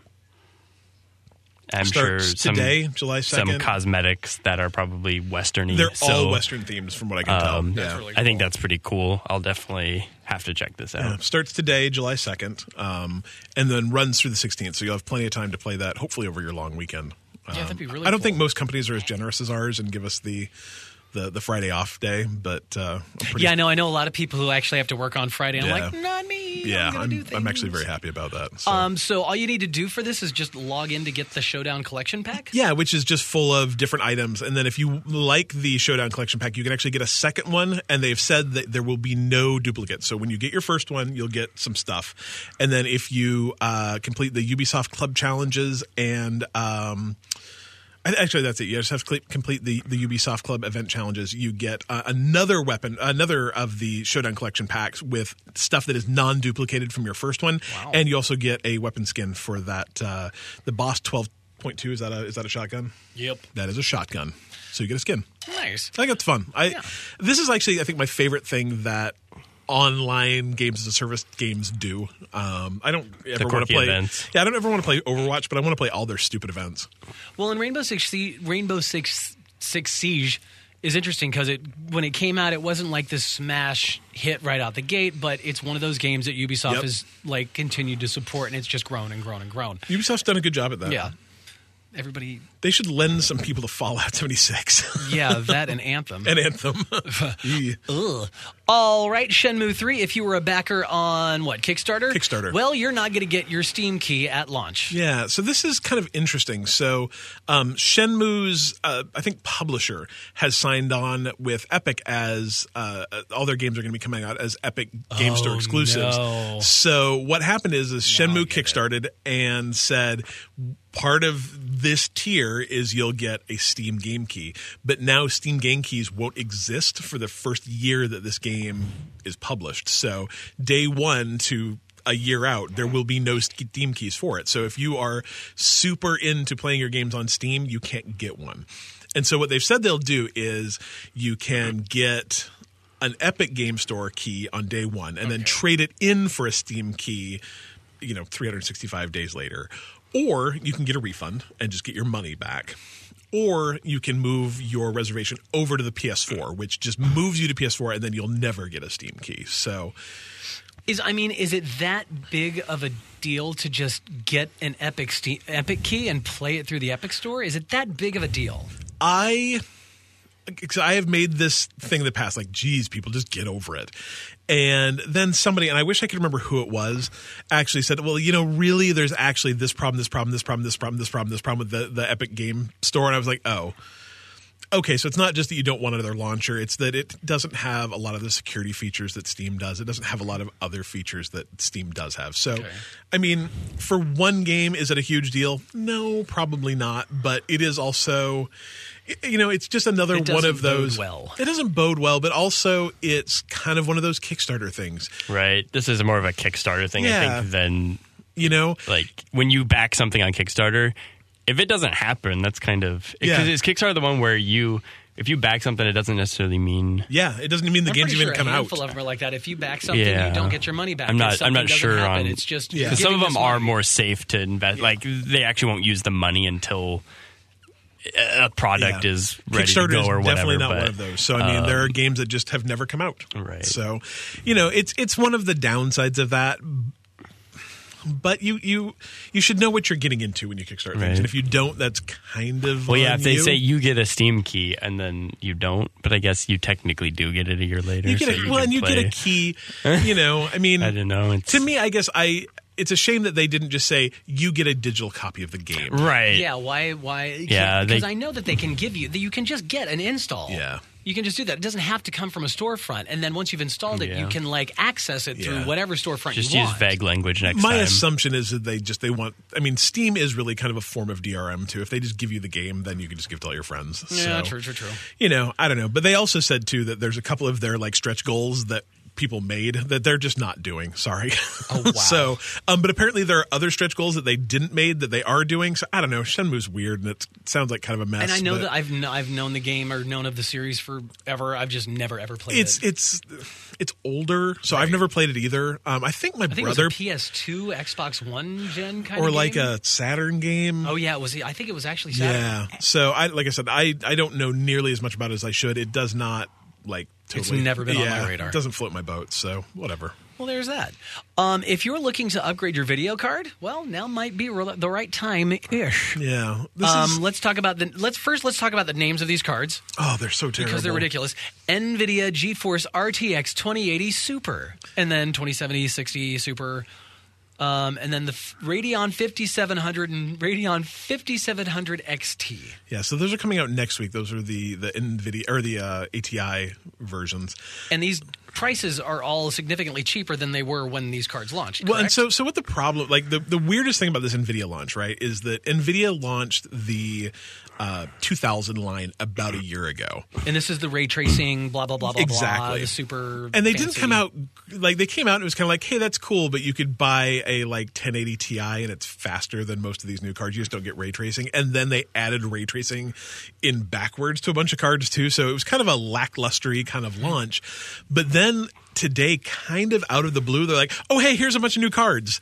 Speaker 1: I'm
Speaker 3: cool.
Speaker 1: sure
Speaker 3: Starts
Speaker 1: some
Speaker 3: today, July
Speaker 1: some
Speaker 3: second.
Speaker 1: cosmetics that are probably westerny.
Speaker 3: They're
Speaker 1: so,
Speaker 3: all Western themes, from what I can
Speaker 1: um,
Speaker 3: tell.
Speaker 2: That's
Speaker 3: Yeah.
Speaker 2: really
Speaker 1: I think that's pretty cool. I'll definitely have to check this
Speaker 3: Yeah,
Speaker 1: out.
Speaker 3: starts today, July 2nd, um, and then runs through the 16th. So you'll have plenty of time to play that, hopefully, over your long weekend. Um,
Speaker 2: that'd be really
Speaker 3: I don't
Speaker 2: cool.
Speaker 3: think most companies are as generous as ours and give us the the, the Friday off day, but uh, I'm pretty,
Speaker 2: Yeah, I know. I know a lot of people who actually have to work on Friday. I'm
Speaker 3: Yeah.
Speaker 2: like, not me.
Speaker 3: yeah,
Speaker 2: I'm, gonna do
Speaker 3: I'm,
Speaker 2: things.
Speaker 3: I'm actually very happy about that. So.
Speaker 2: Um, so all you need to do for this is just log in to get the Showdown Collection Pack.
Speaker 3: yeah, which is just full of different items. And then if you like the Showdown Collection Pack, you can actually get a second one. And they've said that there will be no duplicates. So when you get your first one, you'll get some stuff. And then if you uh, complete the Ubisoft Club challenges and um, I- Actually, that's it. You just have to cle- complete the, the Ubisoft Club event challenges. You get uh, another weapon, another of the Showdown Collection packs with stuff that is non duplicated from your first one, and you also get a weapon skin for that. Uh, the Boss twelve point two is that a is that a shotgun?
Speaker 2: Yep.
Speaker 3: That is a shotgun. So you get a skin.
Speaker 2: Nice.
Speaker 3: I think it's fun. I
Speaker 2: Yeah.
Speaker 3: this is actually I think my favorite thing that online games as a service games do. Um, I don't ever want
Speaker 1: quirky
Speaker 3: to play.
Speaker 1: events.
Speaker 3: Yeah, I don't ever want to play Overwatch, but I want to play all their stupid events.
Speaker 2: Well, in Rainbow Six, Sie- Rainbow Six Six Siege is interesting because it when it came out, it wasn't like this smash hit right out the gate, but it's one of those games that Ubisoft
Speaker 3: Yep.
Speaker 2: has like continued to support, and it's just grown and grown and grown.
Speaker 3: Ubisoft's done a good job at that.
Speaker 2: Yeah. Everybody,
Speaker 3: They should lend some people to Fallout 76
Speaker 2: yeah, that and Anthem.
Speaker 3: and Anthem. Yeah.
Speaker 2: Ugh. All right, Shenmue 3, if you were a backer on what, Kickstarter?
Speaker 3: Kickstarter.
Speaker 2: Well, you're not going to get your Steam key at launch.
Speaker 3: yeah, so this is kind of interesting. So um, Shenmue's, uh, I think, publisher has signed on with Epic as uh, uh, all their games are going to be coming out as Epic Game Store exclusives.
Speaker 2: no.
Speaker 3: So what happened is, is Shenmue kickstarted and said part of this tier is you'll get a Steam game key, but now Steam game keys won't exist for the first year that this game is published. So day one to a year out, there will be no Steam keys for it. So if you are super into playing your games on Steam, you can't get one. And so what they've said they'll do is you can get an Epic Game Store key on day one and then trade it in for a Steam key, you know, 365 days later. Or you can get a refund and just get your money back. Or you can move your reservation over to the PS4, which just moves you to PS4 and then you'll never get a Steam key. So
Speaker 2: Is I mean, is it that big of a deal to just get an Epic Steam, Epic key and play it through the Epic Store? Is it that big of a deal?
Speaker 3: I. 'cause I have made this thing in the past, like, geez, people just get over it. And then somebody, and I wish I could remember who it was, actually said, well, you know, really, there's actually this problem, this problem, this problem, this problem, this problem, this problem with the, the Epic Game Store. And I was like, oh, okay, so it's not just that you don't want another launcher, it's that it doesn't have a lot of the security features that Steam does. It doesn't have a lot of other features that Steam does have. So, I mean, for one game, is it a huge deal? No, probably not, but it is also. you know, it's just another
Speaker 2: It
Speaker 3: one
Speaker 2: doesn't
Speaker 3: of those.
Speaker 2: bode well.
Speaker 3: It doesn't bode well, but also it's kind of one of those Kickstarter things.
Speaker 1: right? This is more of a Kickstarter thing, I
Speaker 3: Yeah.
Speaker 1: think, than
Speaker 3: You know,
Speaker 1: like when you back something on Kickstarter, if it doesn't happen, that's kind of
Speaker 3: Yeah.
Speaker 1: because is Kickstarter the one where you if you back something, it doesn't necessarily mean.
Speaker 3: yeah, it doesn't mean the
Speaker 2: I'm
Speaker 3: game's
Speaker 2: pretty
Speaker 3: even
Speaker 2: sure
Speaker 3: come
Speaker 2: a
Speaker 3: out.
Speaker 2: handful of them are like that. If you back something,
Speaker 1: Yeah.
Speaker 2: you don't get your money back.
Speaker 1: I'm
Speaker 2: If
Speaker 1: not- I'm
Speaker 2: something
Speaker 1: not
Speaker 2: doesn't
Speaker 1: sure
Speaker 2: happen,
Speaker 1: on-
Speaker 2: It's just
Speaker 3: Yeah.
Speaker 2: you're
Speaker 1: 'Cause some of them
Speaker 2: giving this
Speaker 1: are
Speaker 2: money.
Speaker 1: more safe to invest. Like they actually won't use the money until a product
Speaker 3: Yeah.
Speaker 1: is ready to
Speaker 3: Kickstarter
Speaker 1: go
Speaker 3: is
Speaker 1: or whatever.
Speaker 3: definitely not
Speaker 1: but, um,
Speaker 3: one of those. So I mean, there are games that just have never come out.
Speaker 1: Right.
Speaker 3: So, you know, it's it's one of the downsides of that. But you you you should know what you're getting into when you kickstart things,
Speaker 1: Right.
Speaker 3: and if you don't, that's kind of
Speaker 1: Well, yeah.
Speaker 3: on
Speaker 1: If they
Speaker 3: you.
Speaker 1: say you get a Steam key and then you don't, but I guess you technically do get it a year later.
Speaker 3: you get
Speaker 1: so
Speaker 3: a, well,
Speaker 1: can
Speaker 3: and you get
Speaker 1: play.
Speaker 3: a key. You know, I mean,
Speaker 1: I don't know. It's,
Speaker 3: to me, I guess I it's a shame that they didn't just say you get a digital copy of the game.
Speaker 1: right?
Speaker 2: Yeah, why? Why? you
Speaker 1: Yeah,
Speaker 2: can't-
Speaker 1: they-
Speaker 2: because I know that they can give you that. You can just get an install.
Speaker 3: Yeah.
Speaker 2: you can just do that. It doesn't have to come from a storefront. And then once you've installed it, you
Speaker 1: Yeah.
Speaker 2: can like access it through
Speaker 3: Yeah.
Speaker 2: whatever storefront.
Speaker 1: Just
Speaker 2: you
Speaker 1: use
Speaker 2: want.
Speaker 1: vague language next
Speaker 3: My
Speaker 1: time.
Speaker 3: assumption is that they just they want. I mean, Steam is really kind of a form of DRM too. If they just give you the game, then you can just give it to all your friends.
Speaker 2: Yeah,
Speaker 3: So,
Speaker 2: true, true, true.
Speaker 3: You know, I don't know, but they also said too that there's a couple of their like stretch goals that people made that they're just not doing. Sorry.
Speaker 2: Oh, wow.
Speaker 3: so, um, but apparently there are other stretch goals that they didn't made that they are doing. So I don't know. Shenmue's weird and it sounds like kind of a mess.
Speaker 2: And I know
Speaker 3: but
Speaker 2: that I've kn- I've known the game or known of the series forever. I've just never ever played
Speaker 3: it's
Speaker 2: it.
Speaker 3: it's it's older, so I've never played it either. Um, I think my
Speaker 2: I think
Speaker 3: brother
Speaker 2: it was a PS2, Xbox One gen kind
Speaker 3: or
Speaker 2: of
Speaker 3: like
Speaker 2: game.
Speaker 3: a Saturn game.
Speaker 2: Oh yeah, it was I think it was actually Saturn.
Speaker 3: Yeah. So I like I said, I I don't know nearly as much about it as I should. It does not like
Speaker 2: It's
Speaker 3: totally.
Speaker 2: never been on my
Speaker 3: yeah,
Speaker 2: radar.
Speaker 3: It doesn't float my boat. So whatever.
Speaker 2: Well, there's that. Um, if you're looking to upgrade your video card, well, now might be re- the right time ish.
Speaker 3: Yeah. This
Speaker 2: Um,
Speaker 3: is
Speaker 2: let's talk about the let's first let's talk about the names of these cards
Speaker 3: oh, they're so terrible.
Speaker 2: because they're ridiculous. Nvidia GeForce RTX 2080 Super, and then 2070 60 Super, um, and then the f- Radeon 5700 and Radeon 5700 XT.
Speaker 3: Yeah. So those are coming out next week. Those are the the Nvidia or the uh, ATI versions.
Speaker 2: And these prices are all significantly cheaper than they were when these cards launched.
Speaker 3: Well, and
Speaker 2: correct?
Speaker 3: so so what the problem like the the weirdest thing about this Nvidia launch right is that Nvidia launched the uh, 2000 line about a year ago.
Speaker 2: and this is the ray tracing, blah blah blah blah blah.
Speaker 3: Exactly.
Speaker 2: The super
Speaker 3: and they didn't
Speaker 2: fancy-
Speaker 3: come out like they came out and it was kind of like hey that's cool but you could buy a like 1080 ti and it's faster than most of these new cards you just don't get ray tracing and then they added ray tracing in backwards to a bunch of cards too so it was kind of a lacklustery kind of launch but then today kind of out of the blue they're like oh hey here's a bunch of new cards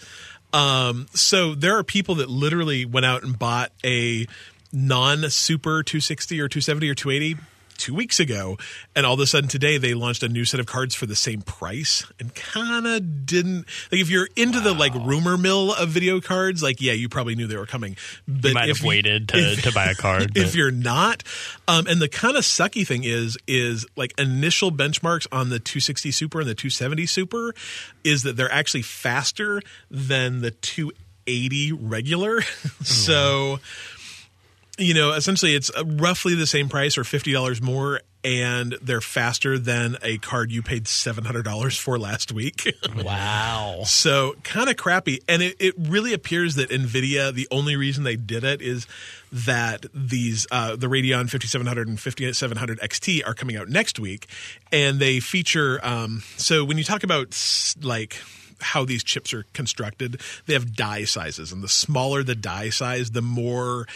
Speaker 3: um, so there are people that literally went out and bought a non super 260 or 270 or 280 two weeks ago, and all of a sudden today they launched a new set of cards for the same price and kind of didn't like if you're into the like rumor mill of video cards, like yeah, you probably knew they were coming, but
Speaker 1: you might
Speaker 3: if
Speaker 1: have waited to, to buy a card.
Speaker 3: if
Speaker 1: but-
Speaker 3: you're not um, and the kind of sucky thing is is like initial benchmarks on the 260 super and the 270 super is that they're actually faster than the 280 regular so you know essentially it's uh, roughly the same price or $50 more and they're faster than a card you paid $700 for last week
Speaker 2: Wow.
Speaker 3: So kind of crappy. And it, it really appears that NVIDIA, the only reason they did it is that these, uh, the Radeon 5700 and 5700 XT are coming out next week. And they feature, um, so when you talk about s- like, how these chips are constructed, they have die sizes. And the smaller the die size, the more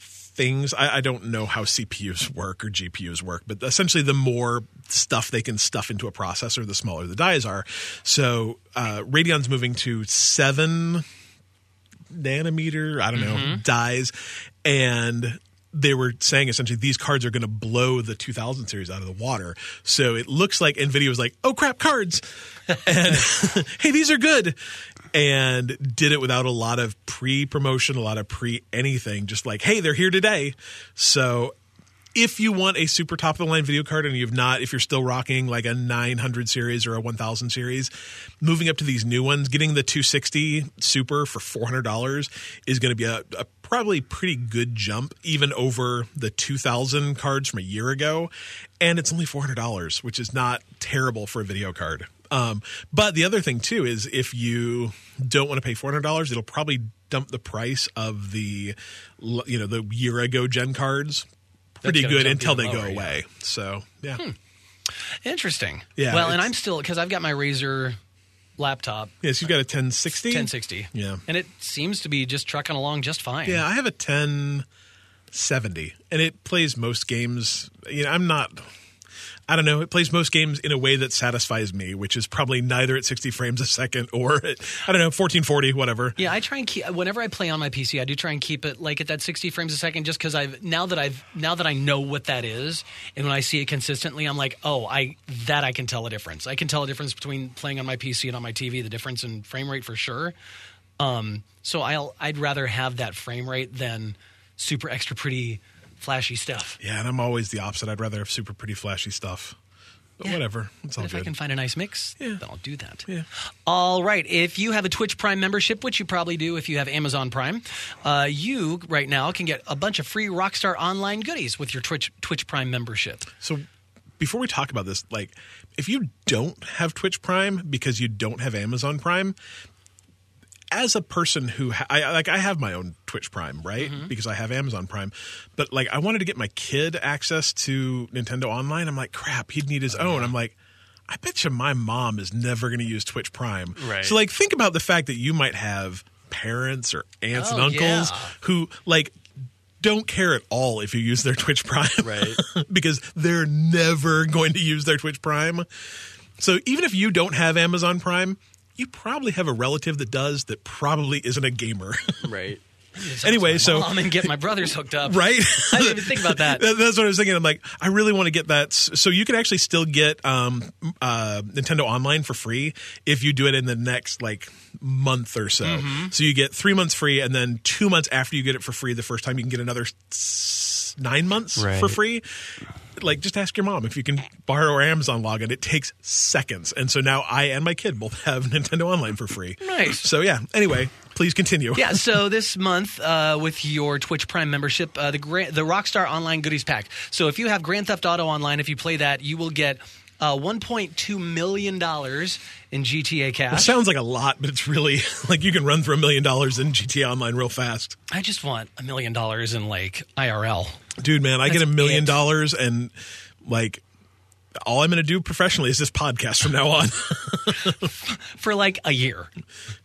Speaker 3: things. I, I don't know how CPUs work or GPUs work, but essentially, the more stuff they can stuff into a processor, the smaller the dies are. So uh, Radeon's moving to seven nanometer, I don't know, dies, and they were saying essentially these cards are going to blow the 2000 series out of the water. So it looks like Nvidia was like, "Oh crap, cards." And hey, these are good. And did it without a lot of pre-promotion, a lot of pre anything, just like, "Hey, they're here today." So if you want a super top of the line video card and you've not, if you're still rocking like a 900 series or a 1000 series, moving up to these new ones, getting the 260 super for $400 is going to be a, a probably pretty good jump, even over the 2000 cards from a year ago. And it's only $400, which is not terrible for a video card. Um, but the other thing too is if you don't want to pay four hundred dollars, it'll probably dump the price of the, you know, the year ago Gen cards pretty
Speaker 2: gonna
Speaker 3: good
Speaker 2: jump
Speaker 3: until
Speaker 2: even
Speaker 3: they go
Speaker 2: lower, yeah. Hmm.
Speaker 3: away. So yeah,
Speaker 2: Interesting.
Speaker 3: Yeah,
Speaker 2: Well, and
Speaker 3: it's-
Speaker 2: I'm still because I've got my Razer laptop
Speaker 3: yes, you've got a 1060.
Speaker 2: 1060.
Speaker 3: Yeah.
Speaker 2: And it seems to be just trucking along just fine.
Speaker 3: Yeah, I have a 1070, and it plays most games. You know, I'm not. I don't know. It plays most games in a way that satisfies me, which is probably neither at 60 frames a second or at, I don't know 1440, whatever.
Speaker 2: Yeah, I try and keep whenever I play on my PC, I do try and keep it like at that 60 frames a second just cuz I've now that I've now that I know what that is and when I see it consistently, I'm like, "Oh, I that I can tell a difference. I can tell a difference between playing on my PC and on my TV, the difference in frame rate for sure." Um, so I'll I'd rather have that frame rate than super extra pretty flashy stuff.
Speaker 3: Yeah, and I'm always the opposite. I'd rather have super pretty flashy stuff, but whatever. It's all
Speaker 2: If I
Speaker 3: good.
Speaker 2: can find a nice mix,
Speaker 3: Yeah.
Speaker 2: then I'll do that.
Speaker 3: Yeah.
Speaker 2: All right. If you have a Twitch Prime membership, which you probably do if you have Amazon Prime, uh, you right now can get a bunch of free Rockstar Online goodies with your Twitch Twitch Prime membership.
Speaker 3: So before we talk about this, like if you don't have Twitch Prime because you don't have Amazon Prime, as a person who ha- I I- like I have my own Twitch Prime, right?
Speaker 2: Mm-hmm.
Speaker 3: Because I have Amazon Prime. But like I wanted to get my kid access to Nintendo Online. I'm like, crap, he'd need his
Speaker 2: Oh,
Speaker 3: own. I'm like I bet you my mom is never going to use Twitch Prime.
Speaker 1: Right.
Speaker 3: So like think about the fact that you might have parents or aunts and
Speaker 2: Oh,
Speaker 3: uncles
Speaker 2: yeah.
Speaker 3: who like don't care at all if you use their Twitch Prime.
Speaker 1: Right.
Speaker 3: because they're never going to use their Twitch Prime. So even if you don't have Amazon Prime, you probably have a relative that does that probably isn't a gamer.
Speaker 1: Right.
Speaker 3: Anyway, so-
Speaker 2: I'm gonna get my brothers hooked up.
Speaker 3: right?
Speaker 2: I didn't even think about that.
Speaker 3: That- That's what I was thinking. I'm like, I really want to get that. S- So you can actually still get um, uh, Nintendo Online for free if you do it in the next like month or so.
Speaker 2: Mm-hmm.
Speaker 3: So you get three months free, and then two months after you get it for free, the first time you can get another s- nine months for
Speaker 1: Right.
Speaker 3: free. Like, just ask your mom if you can borrow her Amazon login. It takes seconds, and so now I and my kid both have Nintendo Online for free.
Speaker 2: Nice.
Speaker 3: So yeah. Anyway, please continue.
Speaker 2: yeah, so this month uh, with your Twitch Prime membership, uh, the Gra- the Rockstar Online Goodies Pack. So if you have Grand Theft Auto Online, if you play that, you will get uh, 1.2 million dollars in GTA cash.
Speaker 3: Sounds like a lot, but it's really like you can run through a million dollars in GTA Online real fast.
Speaker 2: I just want a million dollars in like IRL.
Speaker 3: Dude, man, I get a
Speaker 2: That's
Speaker 3: million
Speaker 2: it.
Speaker 3: dollars and like all I'm going to do professionally is this podcast from now on.
Speaker 2: for like a year.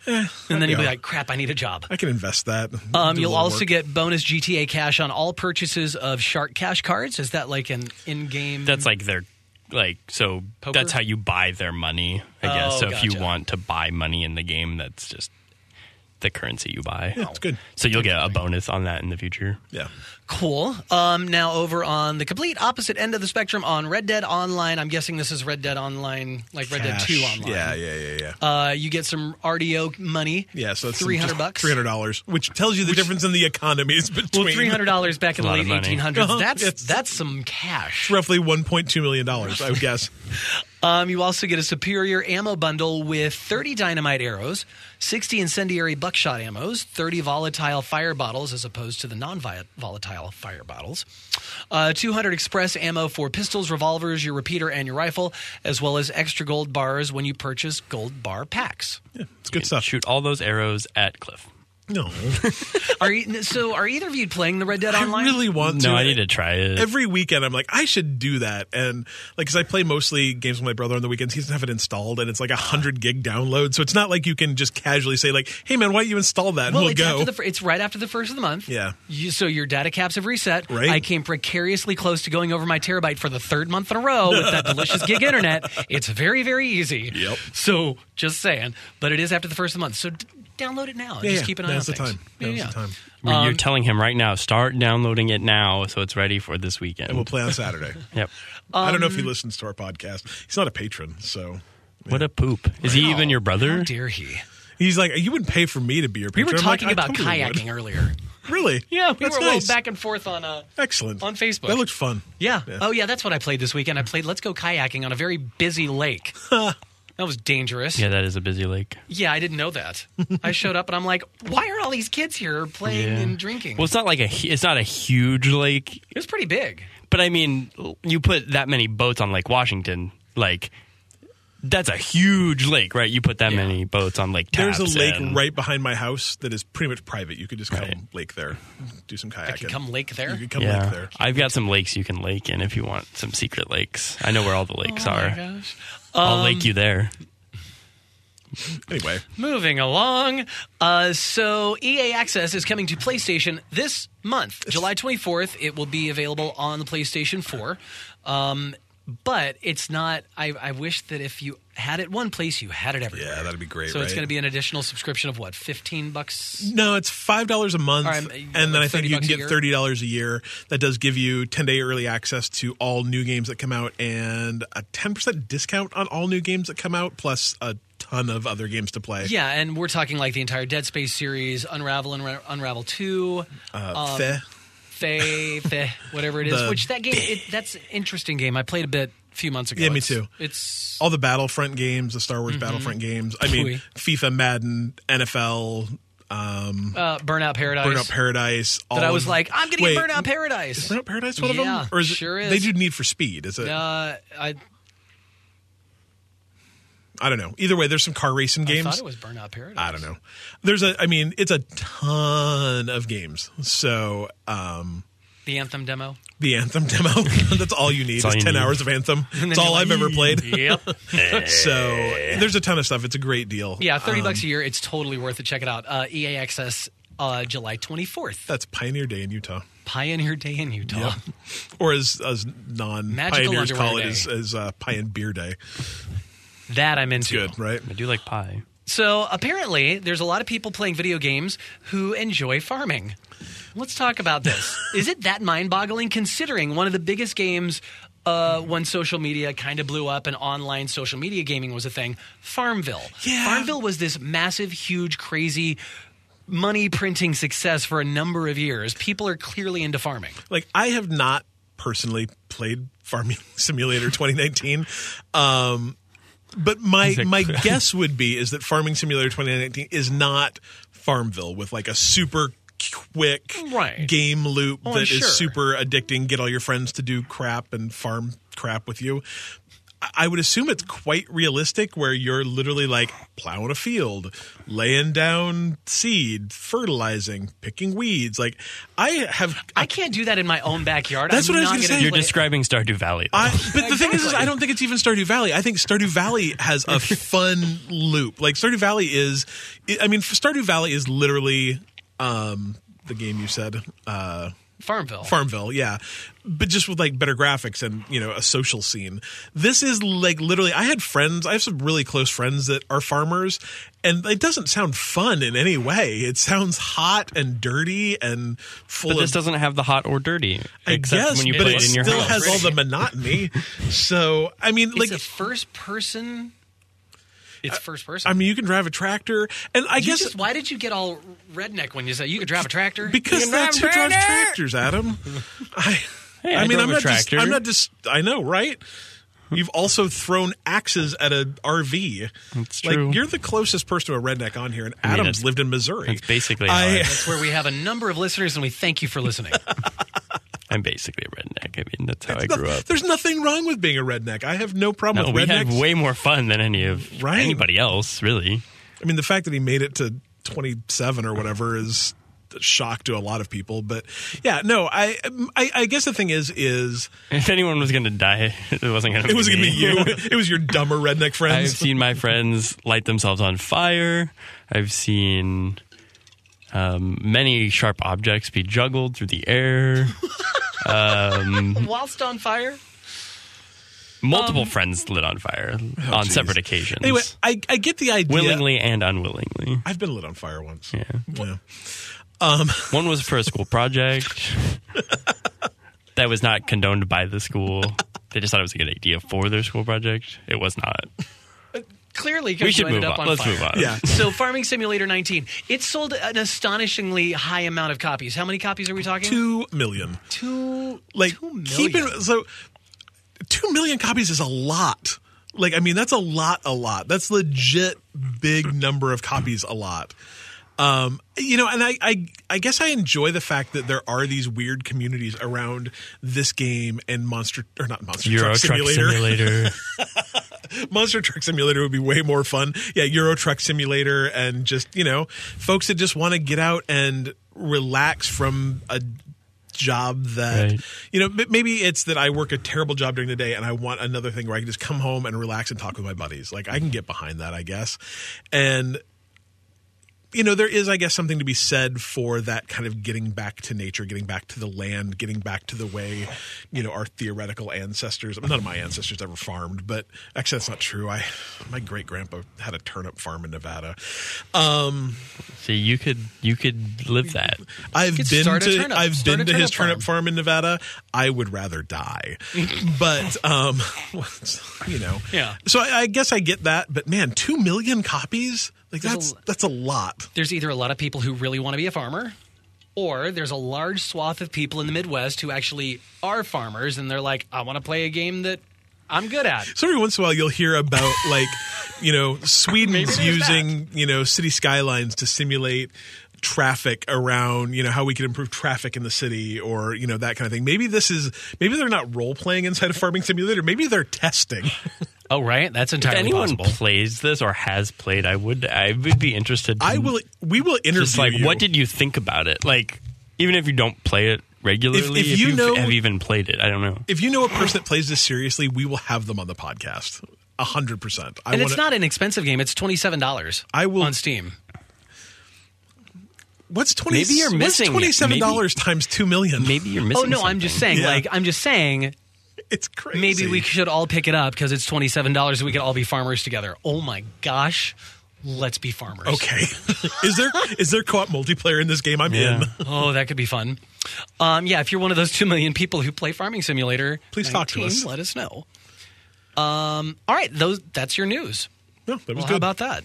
Speaker 2: and then you'll be
Speaker 3: Eh, yeah.
Speaker 2: like, crap, I need a job.
Speaker 3: I can invest that.
Speaker 2: Um,
Speaker 3: Do a
Speaker 2: you'll
Speaker 3: little
Speaker 2: also
Speaker 3: work.
Speaker 2: get bonus GTA cash on all purchases of Shark Cash cards. Is that like an in game?
Speaker 1: That's like their like so
Speaker 2: Poker?
Speaker 1: that's how you buy their money, I
Speaker 2: Oh,
Speaker 1: guess. So if you
Speaker 2: gotcha.
Speaker 1: want to buy money in the game, that's just the currency you buy.
Speaker 3: Yeah, it's good.
Speaker 1: So you'll get a bonus on that in the future.
Speaker 3: Yeah.
Speaker 2: cool. Um, now, over on the complete opposite end of the spectrum on Red Dead Online, I'm guessing this is Red Dead Online, like Red
Speaker 3: Cash.
Speaker 2: Dead 2 Online.
Speaker 3: Yeah, yeah, yeah, yeah.
Speaker 2: Uh, you get some RDO money.
Speaker 3: yeah, so that's some-
Speaker 2: 300
Speaker 3: just
Speaker 2: bucks.
Speaker 3: $300, which tells you the difference in the economies between
Speaker 2: Well, three hundred dollars back in the
Speaker 1: It's a lot
Speaker 2: late
Speaker 1: of money.
Speaker 2: eighteen hundreds.
Speaker 3: Uh-huh.
Speaker 2: That's
Speaker 3: It's-
Speaker 2: that's some cash.
Speaker 3: roughly 1.2 million dollars, I would guess.
Speaker 2: Um, you also get a superior ammo bundle with 30 dynamite arrows, 60 incendiary buckshot ammos, 30 volatile fire bottles as opposed to the non volatile fire bottles, uh, 200 express ammo for pistols, revolvers, your repeater, and your rifle, as well as extra gold bars when you purchase gold bar packs.
Speaker 3: Yeah, it's good stuff.
Speaker 1: Shoot all those arrows at Cliff.
Speaker 3: No.
Speaker 2: Are you, so, are either of you playing the Red Dead
Speaker 3: I
Speaker 2: Online?
Speaker 3: really want to.
Speaker 1: No, I need to try it.
Speaker 3: every weekend I'm like, I should do that. And like, cause I play mostly games with my brother on the weekends. He doesn't have it installed and it's like a hundred gig download. So it's not like you can just casually say like, Hey man, why don't you install that? And
Speaker 2: well,
Speaker 3: we'll
Speaker 2: it's,
Speaker 3: go.
Speaker 2: After the, fir- it's right after the first of the month.
Speaker 3: Yeah.
Speaker 2: You, so your data caps have reset.
Speaker 3: Right.
Speaker 2: I came precariously close to going over my terabyte for the third month in a row with that delicious gig internet. It's very, very easy.
Speaker 3: Yep.
Speaker 2: So just saying, but it is after the first of the month. So d- download it now. and
Speaker 3: yeah,
Speaker 2: just
Speaker 3: yeah.
Speaker 2: keep an eye
Speaker 3: Now's
Speaker 2: on
Speaker 3: the
Speaker 2: things.
Speaker 3: time. Now's the time.
Speaker 1: I mean,
Speaker 2: Um,
Speaker 1: You're telling him right now, start downloading it now so it's ready for this weekend.
Speaker 3: And we'll play on Saturday.
Speaker 1: yep.
Speaker 3: I don't know
Speaker 2: Um,
Speaker 3: if he listens to our podcast. He's not a patron, so
Speaker 1: What a poop. Is he even your brother?
Speaker 2: How dare Oh, he?
Speaker 3: he's like, you wouldn't pay for me to be your
Speaker 2: We
Speaker 3: patron.
Speaker 2: were
Speaker 3: I'm like,
Speaker 2: talking
Speaker 3: "I
Speaker 2: about
Speaker 3: totally would."
Speaker 2: kayaking earlier.
Speaker 3: Really?
Speaker 2: Yeah, we were
Speaker 3: That's
Speaker 2: a little
Speaker 3: nice.
Speaker 2: back and forth on uh,
Speaker 3: Excellent
Speaker 2: on Facebook.
Speaker 3: That looked fun.
Speaker 2: Yeah.
Speaker 3: Yeah.
Speaker 2: Oh, yeah. That's what I played this weekend. I played Let's Go Kayaking on a very busy lake. that was dangerous.
Speaker 1: Yeah, that is a busy lake.
Speaker 2: Yeah, I didn't know that. I showed up and I'm like, why are all these kids here playing
Speaker 1: Yeah.
Speaker 2: and drinking?
Speaker 1: Well, it's not like a hu- it's not a huge lake.
Speaker 2: it was pretty big.
Speaker 1: But I mean, you put that many boats on Lake Washington, like that's a huge lake, right? You put that many boats on Lake Taps.
Speaker 3: There's a lake
Speaker 1: and-
Speaker 3: right behind my house that is pretty much private. You could just come
Speaker 1: Right.
Speaker 3: lake there, do some kayaking.
Speaker 2: I can come lake
Speaker 3: You
Speaker 2: there.
Speaker 3: could come
Speaker 1: Yeah,
Speaker 3: lake there.
Speaker 1: I've got some lakes you can lake in if you want some secret lakes. I know where all the lakes
Speaker 2: Oh
Speaker 1: are.
Speaker 2: my Um, gosh.
Speaker 1: I'll lake you there.
Speaker 3: Anyway,
Speaker 2: Moving along. Uh, so EA Access is coming to PlayStation this month, July 24th. It will be available on the PlayStation 4. Um, but it's not. I, I wish that if you had it one place, you had it everywhere.
Speaker 3: Yeah, that'd be great,
Speaker 2: So it's
Speaker 3: right?
Speaker 2: going to be an additional subscription of what, fifteen bucks?
Speaker 3: no, it's five dollars a month,
Speaker 2: All right, uh,
Speaker 3: and then I
Speaker 2: like
Speaker 3: think
Speaker 2: 30
Speaker 3: you can
Speaker 2: bucks a
Speaker 3: get
Speaker 2: year?
Speaker 3: thirty dollars a year. That does give you ten day early access to all new games that come out, and a ten percent discount on all new games that come out, plus a ton of other games to play.
Speaker 2: Yeah, and we're talking like the entire Dead Space series, Unravel, and Unravel Two. um,
Speaker 3: Uh, Feh.
Speaker 2: Fae, Fae, eh, whatever it is.
Speaker 3: The-
Speaker 2: which that game, it, that's an interesting game. I played a bit a few months ago.
Speaker 3: Yeah, me
Speaker 2: It's-
Speaker 3: too.
Speaker 2: It's
Speaker 3: all the Battlefront games, the Star
Speaker 2: Mm-hmm.
Speaker 3: Wars Battlefront games. I mean,
Speaker 2: Pooey.
Speaker 3: FIFA, Madden, NFL, um,
Speaker 2: uh, Burnout Paradise.
Speaker 3: Burnout Paradise. All
Speaker 2: But I was
Speaker 3: of-
Speaker 2: like, I'm going to
Speaker 3: Wait,
Speaker 2: get Burnout Paradise.
Speaker 3: Burnout Paradise one
Speaker 2: Yeah,
Speaker 3: of them, or is
Speaker 2: sure
Speaker 3: it,
Speaker 2: is.
Speaker 3: they do Need for Speed? Is it?
Speaker 2: uh, I
Speaker 3: I don't know. Either way, there's some car racing games.
Speaker 2: thought it was Burnout Paradise.
Speaker 3: I don't know. There's a. I mean, it's a ton of games. So um,
Speaker 2: The Anthem demo.
Speaker 3: the Anthem demo. that's all you need.
Speaker 1: all
Speaker 3: is
Speaker 1: you
Speaker 3: ten
Speaker 1: need.
Speaker 3: hours of Anthem. It's
Speaker 2: you're
Speaker 3: all
Speaker 2: like,
Speaker 3: I've ever played.
Speaker 2: Yep.
Speaker 3: So there's a ton of stuff. It's a great deal.
Speaker 2: yeah, 30
Speaker 3: Um,
Speaker 2: bucks a year. It's totally worth it. Check it out. Uh, EA Access, uh, July 24th.
Speaker 3: That's Pioneer Day in Utah.
Speaker 2: Pioneer Day in Utah.
Speaker 3: or as as non
Speaker 2: Magical
Speaker 3: pioneers call it,
Speaker 2: Underwear
Speaker 3: as,
Speaker 2: Day.
Speaker 3: as uh, Pioneer Beer Day.
Speaker 2: That I'm into.
Speaker 3: Good, right?
Speaker 1: I do like pie.
Speaker 2: So apparently, there's a lot of people playing video games who enjoy farming. Let's talk about this. Is it that mind boggling considering one of the biggest games uh, when social media kind of blew up and online social media gaming was a thing? Farmville.
Speaker 3: Yeah.
Speaker 2: Farmville was this massive, huge, crazy money printing success for a number of years. People are clearly into farming.
Speaker 3: Like I have not personally played Farming Simulator 2019. Um but my
Speaker 1: like-
Speaker 3: my guess would be is that Farming Simulator 2019 is not Farmville with like a super quick
Speaker 2: Right.
Speaker 3: game loop
Speaker 2: Oh,
Speaker 3: that is
Speaker 2: sure.
Speaker 3: super addicting. Get all your friends to do crap and farm crap with you. I- I would assume it's quite realistic where you're literally like plowing a field, laying down seed, fertilizing, picking weeds. Like I have
Speaker 2: I can't do that in my own backyard.
Speaker 3: That's
Speaker 2: I'm
Speaker 3: what I
Speaker 2: not
Speaker 3: was gonna
Speaker 2: gonna
Speaker 3: say.
Speaker 1: You're
Speaker 2: play-
Speaker 1: describing Stardew Valley. though.
Speaker 3: I, but the thing is, is,
Speaker 2: Exactly.
Speaker 3: I don't think it's even Stardew Valley. I think Stardew Valley has a fun loop. Like Stardew Valley is, I mean, Stardew Valley is literally um, the game you said, uh,
Speaker 2: Farmville.
Speaker 3: Farmville, yeah, but just with like better graphics and you know a social scene. This is like literally. I had friends. I have some really close friends that are farmers, and it doesn't sound fun in any way. It sounds hot and dirty and full
Speaker 1: but
Speaker 3: of
Speaker 1: this doesn't have the hot or dirty.
Speaker 3: I
Speaker 1: except
Speaker 3: guess,
Speaker 1: when you
Speaker 3: but
Speaker 1: play
Speaker 3: it
Speaker 1: it in your
Speaker 3: still
Speaker 1: house.
Speaker 3: has all the monotony. so I mean,
Speaker 2: it's
Speaker 3: like,
Speaker 2: a first person. It's first person.
Speaker 3: I mean, you can drive a tractor, and I
Speaker 2: You
Speaker 3: guess
Speaker 2: just- why did you get all redneck when you said you could drive a tractor?
Speaker 3: because
Speaker 1: You can
Speaker 3: that's who
Speaker 1: drive a
Speaker 3: drives
Speaker 1: tractor!
Speaker 3: tractors, Adam. I,
Speaker 1: Hey,
Speaker 3: I
Speaker 1: I
Speaker 3: mean,
Speaker 1: drove
Speaker 3: I'm
Speaker 1: a
Speaker 3: not.
Speaker 1: tractor.
Speaker 3: Just, I'm not just. I know, right? You've also thrown axes at an RV.
Speaker 1: That's
Speaker 3: like,
Speaker 1: true.
Speaker 3: You're the closest person to a redneck on here, and
Speaker 1: mean,
Speaker 3: Adam's
Speaker 1: that's-
Speaker 3: lived in Missouri.
Speaker 1: that's basically how
Speaker 3: I,
Speaker 1: I-
Speaker 2: That's where we have a number of listeners, and we thank you for listening.
Speaker 1: I'm basically a redneck. I mean, that's how I
Speaker 3: no-
Speaker 1: grew up.
Speaker 3: There's nothing wrong with being a redneck. I have no problem
Speaker 1: No, we
Speaker 3: with rednecks.
Speaker 1: had way more fun than any of
Speaker 3: Right.
Speaker 1: anybody else, really.
Speaker 3: I mean, the fact that he made it to 27 or whatever is a shock to a lot of people. But yeah, no, I, I, I guess the thing is, is
Speaker 1: If anyone was going to die, it wasn't going to.
Speaker 3: it was going to
Speaker 1: me.
Speaker 3: be you. it was your dumber redneck
Speaker 1: I've
Speaker 3: friends.
Speaker 1: seen my friends light themselves on fire. I've seen um, many sharp objects be juggled through the air.
Speaker 2: Whilst on fire,
Speaker 1: Multiple friends lit on fire on
Speaker 3: Um, oh, jeez.
Speaker 1: separate occasions,
Speaker 3: Anyway, I, I get the idea.
Speaker 1: willingly and unwillingly.
Speaker 3: I've been lit on fire once.
Speaker 1: Yeah.
Speaker 3: Yeah.
Speaker 1: One was for a school project that was not condoned by the school. They just thought it was a good idea for their school project. It was not.
Speaker 2: clearly, 'cause
Speaker 1: We
Speaker 2: you
Speaker 1: should
Speaker 2: ended
Speaker 1: move
Speaker 2: up
Speaker 1: on.
Speaker 2: on
Speaker 1: Let's
Speaker 2: fire.
Speaker 1: move on.
Speaker 3: Yeah.
Speaker 2: So, Farming Simulator 19, it sold an astonishingly high amount of copies. How many copies are we talking?
Speaker 3: Two million.
Speaker 2: Two,
Speaker 3: Like,
Speaker 2: two million.
Speaker 3: keep in, so two million copies is a lot. Like, I mean, that's a lot, a lot. That's legit big number of copies, a lot. Um, you know, and I, I, I guess I enjoy the fact that there are these weird communities around this game and monster or not monster
Speaker 1: Euro
Speaker 3: truck
Speaker 1: Truck
Speaker 3: simulator.
Speaker 1: Simulator.
Speaker 3: Monster Truck Simulator would be way more fun. Yeah, Euro Truck Simulator and just, you know, folks that just want to get out and relax from a job that
Speaker 1: Right.
Speaker 3: you know m- maybe it's that i work a terrible job during the day and i want another thing where i can just come home and relax and talk with my buddies like i can get behind that i guess and you know, there is, I guess, something to be said for that kind of getting back to nature, getting back to the land, getting back to the way, you know, our theoretical ancestors. I mean, none of my ancestors ever farmed, but actually, that's not true. I, my great grandpa had a turnip farm in Nevada. Um,
Speaker 1: See, you could you could live that.
Speaker 3: I've
Speaker 2: could
Speaker 3: been
Speaker 2: start a
Speaker 3: to
Speaker 2: turnip-
Speaker 3: I've
Speaker 2: start
Speaker 3: been
Speaker 2: a
Speaker 3: to his
Speaker 2: turnip farm.
Speaker 3: turnip farm in Nevada. I would rather die, but um, you know,
Speaker 2: Yeah.
Speaker 3: So I, I guess I get that, but man, two million copies. Like
Speaker 2: There's a
Speaker 3: that's
Speaker 2: l-
Speaker 3: that's a lot.
Speaker 2: there's either a lot of people who really want to be a farmer or there's a large swath of people in the Midwest who actually are farmers and they're like, I want to play a game that I'm good at.
Speaker 3: So every once in a while, you'll hear about like, you know, Sweden's
Speaker 2: there's
Speaker 3: using you know city skylines to simulate traffic around you know how we can improve traffic in the city or you know that kind of thing maybe this is maybe they're not role playing inside a farming simulator maybe they're testing
Speaker 2: Oh, right. That's
Speaker 1: If
Speaker 2: entirely
Speaker 1: anyone
Speaker 2: possible.
Speaker 1: plays this or has played, I would I would be interested. To
Speaker 3: i will we will interview
Speaker 1: Hmm. just like
Speaker 3: you.
Speaker 1: what did you think about it? Like even if you don't play it regularly,
Speaker 3: If-
Speaker 1: if,
Speaker 3: if you
Speaker 1: you
Speaker 3: know-
Speaker 1: have even played it, I don't know.
Speaker 3: if you know a person that plays this seriously we will have them on the podcast a hundred percent i
Speaker 2: and
Speaker 3: want
Speaker 2: it's not an expensive game. It's twenty seven dollars.
Speaker 3: I will-
Speaker 2: on Steam.
Speaker 3: what's 20
Speaker 1: Maybe you're missing it.
Speaker 3: what's 27 dollars times 2 million
Speaker 1: Maybe you're
Speaker 2: Oh
Speaker 1: missing.
Speaker 2: no, I'm just
Speaker 1: something.
Speaker 2: saying.
Speaker 3: Yeah.
Speaker 2: Like I'm just saying.
Speaker 3: it's crazy
Speaker 2: Maybe we should all pick it up because it's twenty seven dollars. and We could all be farmers together. Oh my gosh, let's be farmers.
Speaker 3: Okay. is there is there co-op multiplayer in this game? I'm
Speaker 1: Yeah.
Speaker 3: in.
Speaker 2: Oh, that could be fun. Um, yeah, if you're one of those two million people who play Farming Simulator,
Speaker 3: Please talk to
Speaker 2: 19,
Speaker 3: us.
Speaker 2: Let us know. Um, all right, those that's your news.
Speaker 3: No, that was
Speaker 2: Well,
Speaker 3: good.
Speaker 2: how about that?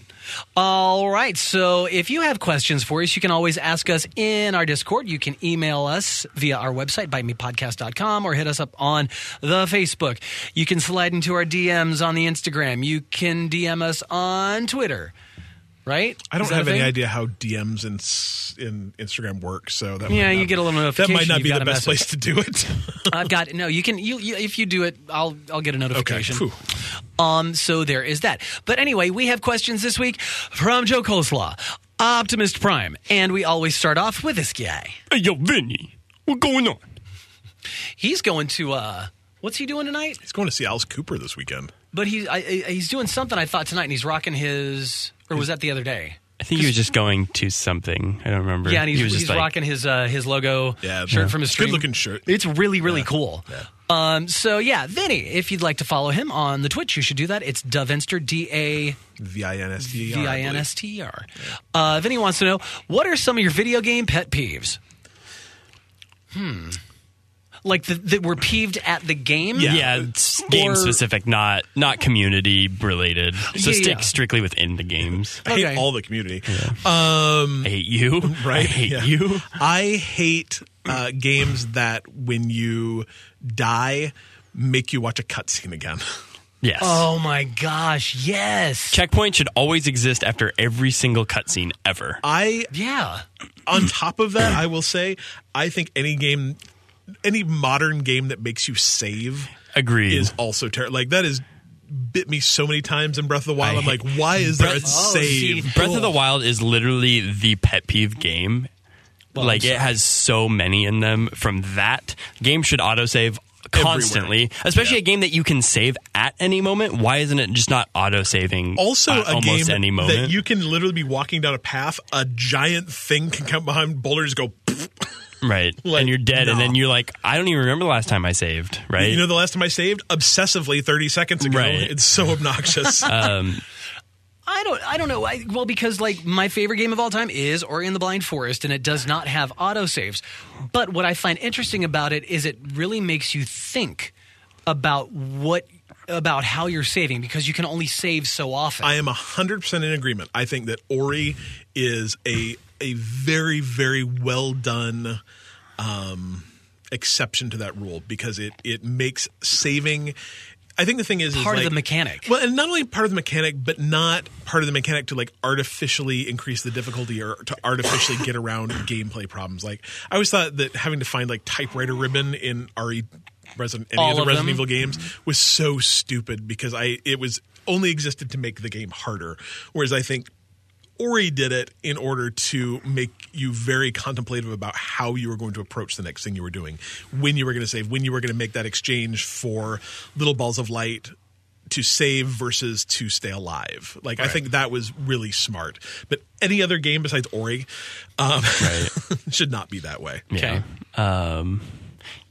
Speaker 2: All right. So if you have questions for us, you can always ask us in our Discord. You can email us via our website, bitemepodcast.com, or hit us up on the Facebook. You can slide into our DMs on the Instagram. You can DM us on Twitter, right?
Speaker 3: I
Speaker 2: Is
Speaker 3: don't
Speaker 2: that
Speaker 3: have
Speaker 2: a
Speaker 3: any
Speaker 2: thing?
Speaker 3: idea how DMs in s- in Instagram work, so that
Speaker 2: Yeah,
Speaker 3: might
Speaker 2: you
Speaker 3: not-
Speaker 2: get a little
Speaker 3: That
Speaker 2: notification.
Speaker 3: might not
Speaker 2: you've
Speaker 3: be
Speaker 2: got
Speaker 3: the
Speaker 2: a
Speaker 3: best
Speaker 2: message.
Speaker 3: place to do it.
Speaker 2: I've got no. You can you, you if you do it, I'll I'll get a
Speaker 3: okay.
Speaker 2: notification.
Speaker 3: phew.
Speaker 2: Um, so there is that. But anyway, we have questions this week from Joe Coleslaw, Optimist Prime, and we always start off with this guy.
Speaker 1: Hey, yo, Vinny, what's going on?
Speaker 2: He's going to uh, what's he doing tonight?
Speaker 3: He's going to see Alice Cooper this weekend.
Speaker 2: But he's I, I, he's doing something I thought tonight, and he's rocking his or was that the other day?
Speaker 1: I think he was just going to something. I don't remember.
Speaker 2: Yeah, and he's,
Speaker 1: he was just
Speaker 2: he's
Speaker 1: like,
Speaker 2: rocking his uh, his logo
Speaker 3: Yeah,
Speaker 2: shirt
Speaker 3: yeah.
Speaker 2: from his
Speaker 3: It's a
Speaker 2: stream.
Speaker 3: good-looking shirt.
Speaker 2: It's really really cool.
Speaker 3: yeah.
Speaker 2: Um, so yeah, Vinny, if you'd like to follow him on the Twitch, you should do that. It's Davinster D A
Speaker 3: V I N S D E R,
Speaker 2: V
Speaker 3: I
Speaker 2: I
Speaker 3: believe.
Speaker 2: N S T R. Uh, Vinny wants to know what are some of your video game pet peeves? Hmm. Like the, that were peeved at the game?
Speaker 1: Yeah, it's game
Speaker 2: Or-
Speaker 1: specific, not not community related. So
Speaker 2: Yeah,
Speaker 1: stick
Speaker 2: yeah.
Speaker 1: strictly within the games.
Speaker 3: I hate
Speaker 2: Okay.
Speaker 3: all the community. Uh,
Speaker 2: Mm.
Speaker 1: I hate you,
Speaker 3: right?
Speaker 1: I hate
Speaker 3: Yeah.
Speaker 1: you.
Speaker 3: I hate uh, games that when you die make you watch a cutscene again.
Speaker 1: Yes.
Speaker 2: Oh my gosh, yes.
Speaker 1: Checkpoint should always exist after every single cutscene ever.
Speaker 3: I
Speaker 2: Yeah.
Speaker 3: on top of that, I will say I think any game, any modern game that makes you save
Speaker 1: Agreed.
Speaker 3: is also terrible. Like that is bit me so many times in Breath of the Wild.
Speaker 1: I
Speaker 3: I'm
Speaker 1: hate-
Speaker 3: like, why is there a
Speaker 1: Breath-
Speaker 2: Oh,
Speaker 3: save?
Speaker 2: see.
Speaker 1: Breath of the Wild is literally the pet peeve game. like it has so many in them. From that, game should autosave constantly, especially a game that you can save at any moment. Why isn't it just not autosaving?
Speaker 3: Also,
Speaker 1: at
Speaker 3: a
Speaker 1: almost
Speaker 3: game
Speaker 1: any moment.
Speaker 3: that you can literally be walking down a path, a giant thing can come behind boulders, go. "Pfft."
Speaker 1: Right.
Speaker 3: Like,
Speaker 1: and you're dead. And
Speaker 3: nah.
Speaker 1: then you're like, I don't even remember the last time I saved. Right.
Speaker 3: You know, the last time I saved obsessively 30 seconds ago.
Speaker 1: Right.
Speaker 3: It's so obnoxious.
Speaker 2: I don't I don't know. I, well, because like my favorite game of all time is Ori and the Blind Forest and it does not have autosaves. But what I find interesting about it is it really makes you think about what about how you're saving because you can only save so often.
Speaker 3: I am 100% in agreement. I think that Ori is a a very very well done um exception to that rule because it it makes saving I think the thing is is
Speaker 2: Part of
Speaker 3: like-
Speaker 2: the mechanic.
Speaker 3: Well, and not only part of the mechanic, but not part of the mechanic to like artificially increase the difficulty or to artificially get around gameplay problems. Like I always thought that having to find like typewriter ribbon in RE Resident any
Speaker 2: All
Speaker 3: of the
Speaker 2: of
Speaker 3: Resident
Speaker 2: them?
Speaker 3: Evil games was so stupid because I it was only existed to make the game harder. Whereas I think Ori did it in order to make you very contemplative about how you were going to approach the next thing you were doing, when you were going to save, when you were going to make that exchange for little balls of light to save versus to stay alive. Like I think that was really smart. But any other game besides Ori um, should not be that way.
Speaker 1: Yeah. Um,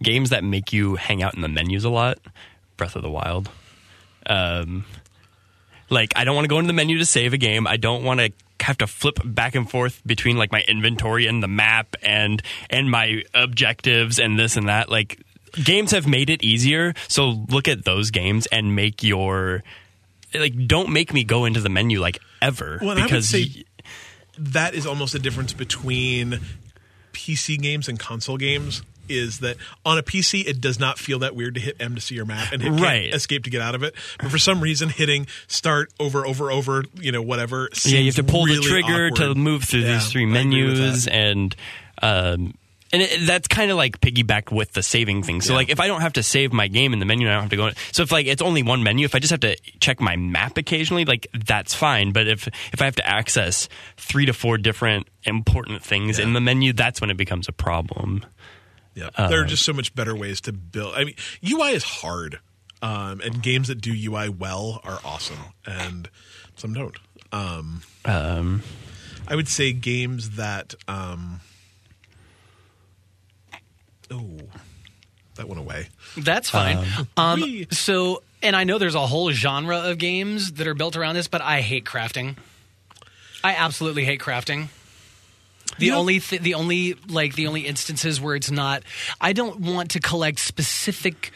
Speaker 1: games that make you hang out in the menus a lot. Breath of the Wild. Um, like I don't want to go into the menu to save a game. I don't want to have to flip back and forth between like my inventory and the map and and my objectives and this and that. Like games have made it easier. So look at those games and make your like don't make me go into the menu like ever
Speaker 3: Well, and I would
Speaker 1: because
Speaker 3: say- that is almost the difference between PC games and console games. Is that on a PC it does not feel that weird to hit M to see your map and hit can't
Speaker 1: Right.
Speaker 3: escape to get out of it, but for some reason hitting start over over over you know whatever.
Speaker 1: yeah, you have
Speaker 3: seems
Speaker 1: to pull the
Speaker 3: really
Speaker 1: trigger to
Speaker 3: awkward.
Speaker 1: move through
Speaker 3: Yeah,
Speaker 1: these three
Speaker 3: I agree with
Speaker 1: menus,
Speaker 3: that.
Speaker 1: and um, and it, that's kind of like piggybacked with the saving thing. So like, if I don't have to save my game in the menu, I don't have to go. In, so if like it's only one menu, if I just have to check my map occasionally, like that's fine. But if if I have to access three to four different important things in the menu, that's when it becomes a problem.
Speaker 3: Yeah, there are just so much better ways to build. I mean, UI is hard, um, and games that do UI well are awesome, and some don't. Um, I would say games that. Um, oh, that went away.
Speaker 2: That's fine. Um,
Speaker 3: Whee.
Speaker 2: so, and I know there's a whole genre of games that are built around this, but I hate crafting. I absolutely hate crafting. The
Speaker 3: You know-
Speaker 2: only, th- the only, like the only instances where it's not, I don't want to collect specific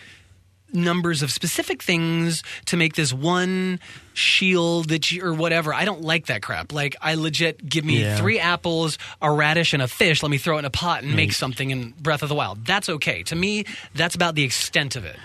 Speaker 2: numbers of specific things to make this one shield that you or whatever. I don't like that crap. Like I legit give me
Speaker 1: Yeah.
Speaker 2: three apples, a radish, and a fish. Let me throw it in a pot and make something in Breath of the Wild. That's okay. To me, that's about the extent of it.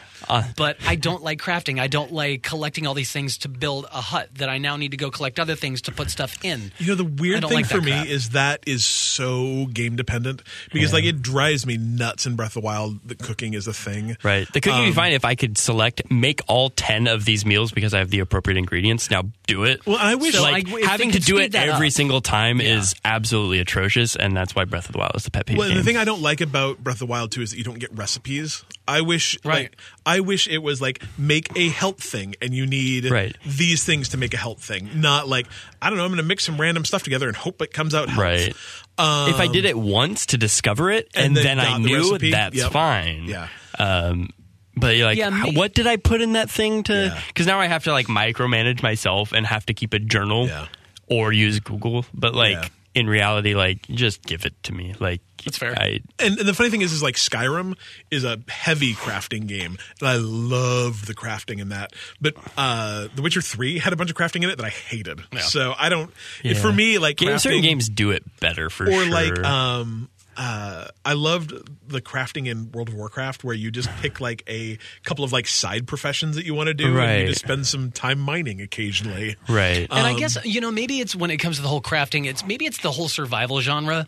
Speaker 2: but I don't like crafting. I don't like collecting all these things to build a hut that I now need to go collect other things to put stuff in.
Speaker 3: You know, the
Speaker 2: I
Speaker 3: weird
Speaker 2: don't
Speaker 3: thing
Speaker 2: like that
Speaker 3: for me
Speaker 2: crap.
Speaker 3: is that is so game dependent because, like, it drives me nuts in Breath of the Wild that cooking is a thing.
Speaker 1: Right. The
Speaker 3: Um,
Speaker 1: cooking would be fine if I could select make all ten of these meals because I have the appropriate ingredients. Now do it.
Speaker 3: Well, I wish- So
Speaker 1: like
Speaker 2: I- if
Speaker 1: having to
Speaker 2: they could
Speaker 1: do
Speaker 2: speed
Speaker 1: it
Speaker 2: that
Speaker 1: every
Speaker 2: up.
Speaker 1: single time is absolutely atrocious, and that's why Breath of the Wild is the pet peeve.
Speaker 3: Well,
Speaker 1: game.
Speaker 3: the thing I don't like about Breath of the Wild too is that you don't get recipes. I wish,
Speaker 2: Right.
Speaker 3: like, I wish it was like make a help thing, and you need
Speaker 1: Right.
Speaker 3: these things to make a help thing, not like I don't know. I'm going to mix some random stuff together and hope it comes out health.
Speaker 1: Right. if I did it once to discover it, and,
Speaker 3: um, and then
Speaker 1: then, I
Speaker 3: got the
Speaker 1: knew
Speaker 3: recipe,
Speaker 1: that's
Speaker 3: yep.
Speaker 1: fine.
Speaker 3: Yeah.
Speaker 1: Um, but you're like,
Speaker 2: Yeah, me-
Speaker 1: what did I put in that thing to?
Speaker 3: Yeah.
Speaker 1: Because now I have to like micromanage myself and have to keep a journal
Speaker 3: Yeah.
Speaker 1: or use Google. But like
Speaker 3: Yeah.
Speaker 1: in reality, like just give it to me. Like
Speaker 2: That's fair.
Speaker 1: I,
Speaker 3: And, and the funny thing is, is like Skyrim is a heavy crafting game, and I love the crafting in that. But uh, The Witcher Three had a bunch of crafting in it that I hated. So I don't.
Speaker 1: yeah.
Speaker 3: For me, like
Speaker 1: Game- certain
Speaker 3: crafting-
Speaker 1: games do it better for
Speaker 3: or
Speaker 1: sure.
Speaker 3: like um uh, I loved the crafting in World of Warcraft where you just pick like a couple of like side professions that you want to do and
Speaker 1: Right.
Speaker 3: you just spend some time mining occasionally.
Speaker 1: right.
Speaker 2: And
Speaker 3: Um,
Speaker 2: I guess you know maybe it's when it comes to the whole crafting, it's maybe it's the whole survival genre,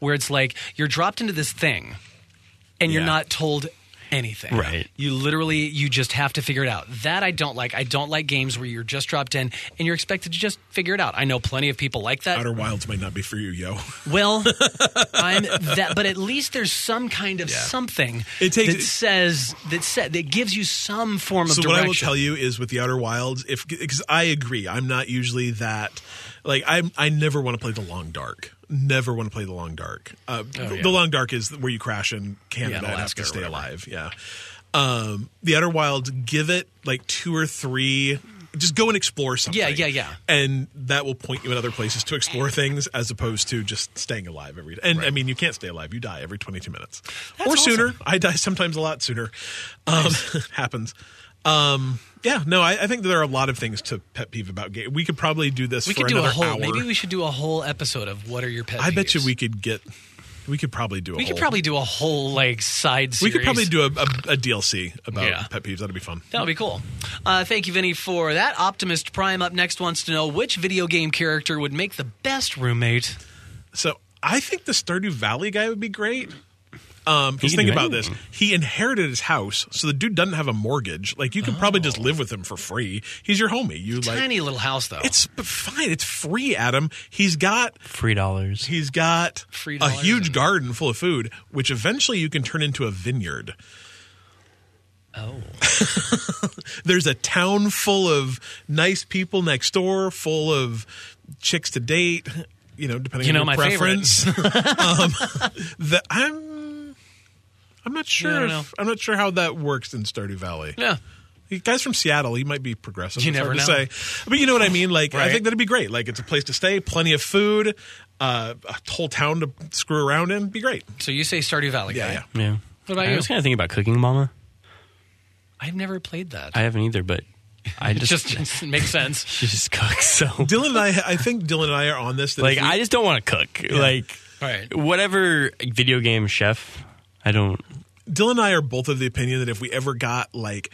Speaker 2: where it's like you're dropped into this thing, and you're
Speaker 3: Yeah.
Speaker 2: not told anything.
Speaker 1: Right.
Speaker 2: You literally you just have to figure it out. That I don't like. I don't like games where you're just dropped in and you're expected to just figure it out. I know plenty of people like that.
Speaker 3: Outer Wilds might not be for you, yo.
Speaker 2: Well, I'm that, but at least there's some kind of something
Speaker 3: It takes-
Speaker 2: that says that said that gives you some form of
Speaker 3: So
Speaker 2: direction.
Speaker 3: what I will tell you is with the Outer Wilds, if because I agree, I'm not usually that. Like I, I never want to play the Long Dark. Never want to play the Long Dark. Uh, the,
Speaker 2: Oh, yeah.
Speaker 3: the Long Dark is where you crash in Canada and have
Speaker 2: Alaska
Speaker 3: to
Speaker 2: or
Speaker 3: stay
Speaker 2: whatever.
Speaker 3: alive. Yeah. Um, the Outer Wilds, give it like two or three. Just go and explore something.
Speaker 2: Yeah, yeah, yeah.
Speaker 3: And that will point you in other places to explore things as opposed to just staying alive every day. And I mean, you can't stay alive. You die every 22 minutes or sooner. I die sometimes a lot sooner. Um, happens. Um, yeah, no, I, I think there are a lot of things to pet peeve about game. We could probably do this
Speaker 2: we
Speaker 3: for
Speaker 2: could do a
Speaker 3: another
Speaker 2: whole.
Speaker 3: hour.
Speaker 2: Maybe we should do a whole episode of what are your pet.
Speaker 3: I bet you
Speaker 2: peeves.
Speaker 3: we could get. We could probably do. A
Speaker 2: We could
Speaker 3: whole-
Speaker 2: probably do a whole like side
Speaker 3: Oh. We
Speaker 2: series.
Speaker 3: could probably do a, a, a DLC about
Speaker 2: Yeah.
Speaker 3: pet peeves. That'd be fun.
Speaker 2: That would be cool. Uh, thank you, Vinny, for that. Optimist Prime up next wants to know which video game character would make the best roommate.
Speaker 3: So I think the Stardew Valley guy would be great. Um, because
Speaker 1: can
Speaker 3: think
Speaker 1: do
Speaker 3: about this.
Speaker 1: anything.
Speaker 3: He inherited his house, so the dude doesn't have a mortgage. Like you can probably just live with him for free. He's your homie. You like
Speaker 2: Oh. Tiny little house though.
Speaker 3: it's b- fine. It's free, Adam. He's got
Speaker 1: Three dollars.
Speaker 3: he's got
Speaker 2: Free
Speaker 3: a
Speaker 2: dollars
Speaker 3: huge
Speaker 2: and-
Speaker 3: garden full of food, which eventually you can turn into a vineyard.
Speaker 2: oh.
Speaker 3: There's a town full of nice people next door, full of chicks to date. You know, depending
Speaker 2: You
Speaker 3: on
Speaker 2: know
Speaker 3: your
Speaker 2: my favorite.
Speaker 3: preference. um, the, I'm I'm not sure.
Speaker 2: I don't
Speaker 3: if-
Speaker 2: know.
Speaker 3: I'm not sure how that works in Stardew Valley.
Speaker 2: Yeah.
Speaker 3: The guy's from Seattle. He might be progressive.
Speaker 2: You
Speaker 3: it's
Speaker 2: never
Speaker 3: hard
Speaker 2: know.
Speaker 3: to say. But you know what I mean? Like, I
Speaker 2: Right.
Speaker 3: think that'd be great. Like, it's a place to stay, plenty of food, uh, a whole town to screw around in. Be great.
Speaker 2: So you say Stardew Valley?
Speaker 3: Yeah,
Speaker 2: guy.
Speaker 3: yeah.
Speaker 1: yeah.
Speaker 2: What about
Speaker 1: I
Speaker 2: you?
Speaker 1: was kind of thinking about Cooking Mama.
Speaker 2: I've never played that.
Speaker 1: I haven't either, but I
Speaker 2: it
Speaker 1: just,
Speaker 2: just, just makes sense.
Speaker 1: she just cooks so.
Speaker 3: Dylan and I, I think Dylan and I are on this. That
Speaker 1: Like
Speaker 3: if
Speaker 1: I just don't want to cook. Like
Speaker 2: Right.
Speaker 1: whatever video game chef. I don't.
Speaker 3: we- Dylan and I are both of the opinion that if we ever got like,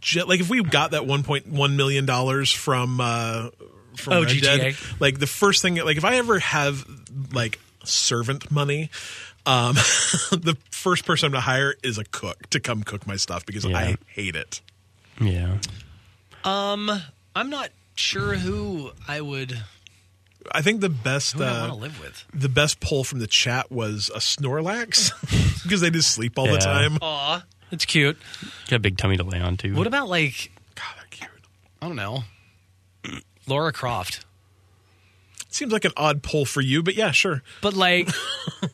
Speaker 3: ju- like if we got that 1.1 million dollars from uh, from
Speaker 2: Oh,
Speaker 3: Red
Speaker 2: GTA.
Speaker 3: Dead, like the first thing, like if I ever have like servant money. Um, the first person I'm going to hire is a cook to come cook my stuff because
Speaker 1: Yeah.
Speaker 3: I hate it.
Speaker 1: Yeah.
Speaker 2: I'm not sure who I would
Speaker 3: I think the best
Speaker 2: who I want to
Speaker 3: uh,
Speaker 2: live with.
Speaker 3: the best poll from the chat was a Snorlax because they just sleep all the
Speaker 1: Yeah.
Speaker 3: time.
Speaker 2: Aw, that's cute.
Speaker 1: Got a big tummy to lay on too.
Speaker 2: What about like
Speaker 3: God, they're cute.
Speaker 2: I don't know, Laura Croft?
Speaker 3: Seems like an odd poll for you, but yeah, sure.
Speaker 2: But like,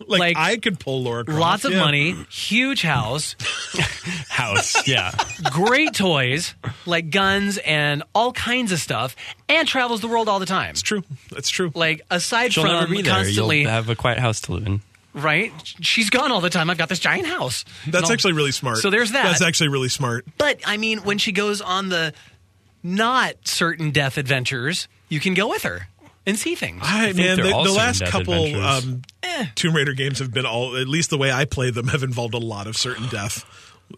Speaker 3: Like,
Speaker 2: Like,
Speaker 3: I could pull Laura. Croft.
Speaker 2: lots of
Speaker 3: Yeah.
Speaker 2: money, huge house,
Speaker 3: Oh,
Speaker 1: house? Yeah.
Speaker 2: great toys, like guns and all kinds of stuff, and travels the world all the time.
Speaker 3: It's true. That's true.
Speaker 2: Like aside
Speaker 1: She'll
Speaker 2: from
Speaker 1: never be there.
Speaker 2: constantly
Speaker 1: You'll have a quiet house to live in.
Speaker 2: right, she's gone all the time. I've got this giant house. And
Speaker 3: That's
Speaker 2: all-
Speaker 3: actually really smart.
Speaker 2: So there's that.
Speaker 3: That's actually really smart.
Speaker 2: But I mean, when she goes on the not certain death adventures, you can go with her and see things.
Speaker 3: I,
Speaker 1: think
Speaker 3: man,
Speaker 1: they're
Speaker 3: the,
Speaker 1: all
Speaker 3: the
Speaker 1: certain
Speaker 3: last
Speaker 1: death
Speaker 3: couple
Speaker 1: adventures.
Speaker 3: um,
Speaker 2: Eh.
Speaker 3: Tomb Raider games have been all, at least the way I play them, have involved a lot of certain death,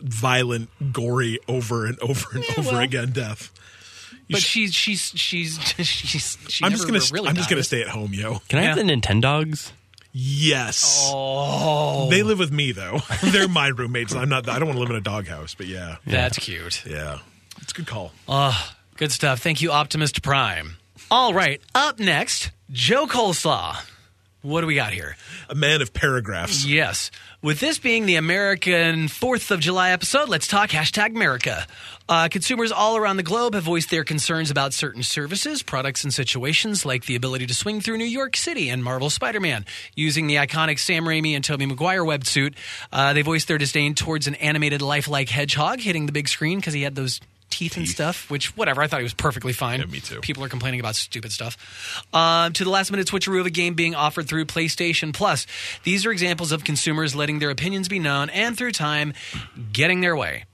Speaker 3: violent, gory, over and over and over
Speaker 2: well.
Speaker 3: again death.
Speaker 2: but she's she's she's she's. She
Speaker 3: I'm just
Speaker 2: never
Speaker 3: gonna,
Speaker 2: Really
Speaker 3: I'm just gonna
Speaker 2: dies.
Speaker 3: stay at home, yo.
Speaker 1: Can I have
Speaker 2: Yeah.
Speaker 1: the Nintendogs?
Speaker 3: Yes.
Speaker 2: Oh,
Speaker 3: They live with me though. They're my roommates. I'm not. I don't want to live in a doghouse. But yeah,
Speaker 2: that's cute.
Speaker 3: yeah, it's a good call.
Speaker 2: Uh, Good stuff. Thank you, Optimist Prime. All right, up next, Joe Coleslaw. What do we got here?
Speaker 3: A man of paragraphs.
Speaker 2: Yes. With this being the American 4th of July episode, let's talk hashtag America. Uh, consumers all around the globe have voiced their concerns about certain services, products, and situations like the ability to swing through New York City and Marvel Spider Man. Using the iconic Sam Raimi and Tobey Maguire web suit, uh, they voiced their disdain towards an animated lifelike hedgehog hitting the big screen because he had those teeth and stuff, which, whatever, I thought he was perfectly fine.
Speaker 3: me too.
Speaker 2: People are complaining about stupid stuff. Um, to the last minute switcheroo of a game being offered through PlayStation Plus. These are examples of consumers letting their opinions be known and through time getting their way.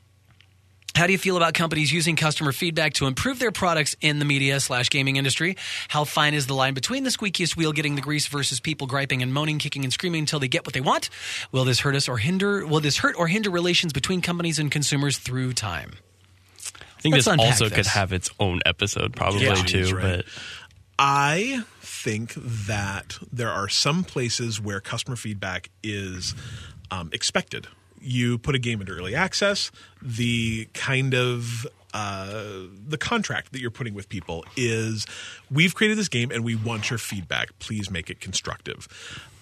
Speaker 2: How do you feel about companies using customer feedback to improve their products in the media slash gaming industry? How fine is the line between the squeakiest wheel getting the grease versus people griping and moaning, kicking and screaming until they get what they want? Will this hurt us or hinder? Will this hurt or hinder relations between companies and consumers through time?
Speaker 1: I think
Speaker 2: Let's
Speaker 1: this
Speaker 2: unpack
Speaker 1: also could
Speaker 2: this.
Speaker 1: have its own episode probably
Speaker 3: Yeah.
Speaker 1: too.
Speaker 3: Jeez, right.
Speaker 1: But
Speaker 3: I think that there are some places where customer feedback is um, expected. You put a game into early access, the kind of uh, the contract that you're putting with people is we've created this game and we want your feedback. Please make it constructive.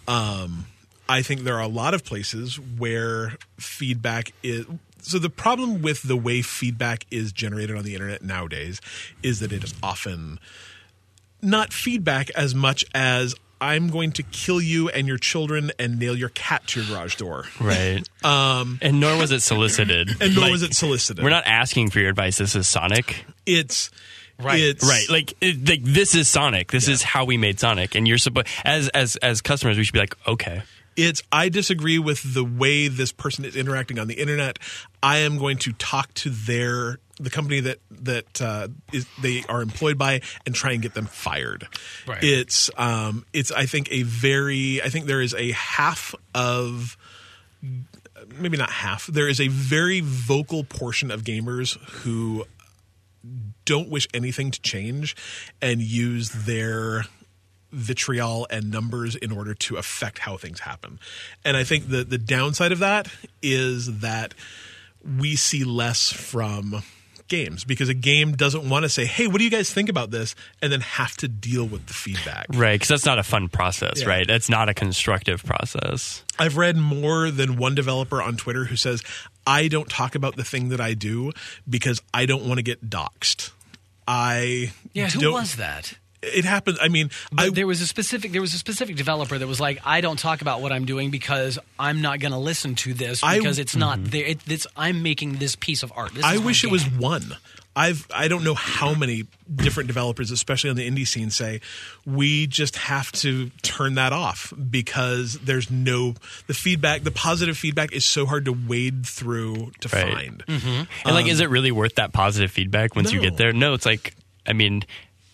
Speaker 3: Um, I think there are a lot of places where feedback is. So the problem with the way feedback is generated on the internet nowadays is that it is often not feedback as much as I'm going to kill you and your children and nail your cat to your garage door.
Speaker 1: right. Um. And nor was it solicited.
Speaker 3: And nor
Speaker 1: Like,
Speaker 3: was it solicited.
Speaker 1: We're not asking for your advice. This is Sonic.
Speaker 3: It's
Speaker 2: Right.
Speaker 3: It's,
Speaker 1: right like it, like this is sonic this is how we made sonic and you're supposed as as as customers we should be like okay
Speaker 3: It's I disagree with the way this person is interacting on the internet. I am going to talk to their the company that that uh, is, they are employed by and try and get them fired.
Speaker 2: Right.
Speaker 3: It's um it's I think a very I think there is a half of maybe not half. There is a very vocal portion of gamers who don't wish anything to change and use their vitriol and numbers in order to affect how things happen. And I think the the downside of that is that we see less from games because a game doesn't want to say, "Hey, what do you guys think about this?" and then have to deal with the feedback.
Speaker 1: Right, because that's not a fun process,
Speaker 3: Yeah.
Speaker 1: right? That's not a constructive process.
Speaker 3: I've read more than one developer on Twitter who says, I don't talk about the thing that I do because I don't want to get doxxed. I
Speaker 2: Yeah, who
Speaker 3: don't-
Speaker 2: was that?
Speaker 3: It happened. I mean, I
Speaker 2: there was a specific there was a specific developer that was like, I don't talk about what I'm doing because I'm not going to listen to this
Speaker 3: I- Mm-hmm.
Speaker 2: because it's not there. It, it's I'm making this piece of art. This
Speaker 3: I
Speaker 2: is my
Speaker 3: wish it
Speaker 2: game.
Speaker 3: was one. I've I don't know how many different developers, especially on the indie scene, say we just have to turn that off because there's no the feedback, the positive feedback is so hard to wade through to
Speaker 1: Right. Mm-hmm.
Speaker 3: find.
Speaker 1: And like, is it really worth that positive feedback once you
Speaker 3: No.
Speaker 1: get there? Um, No, it's like, I mean,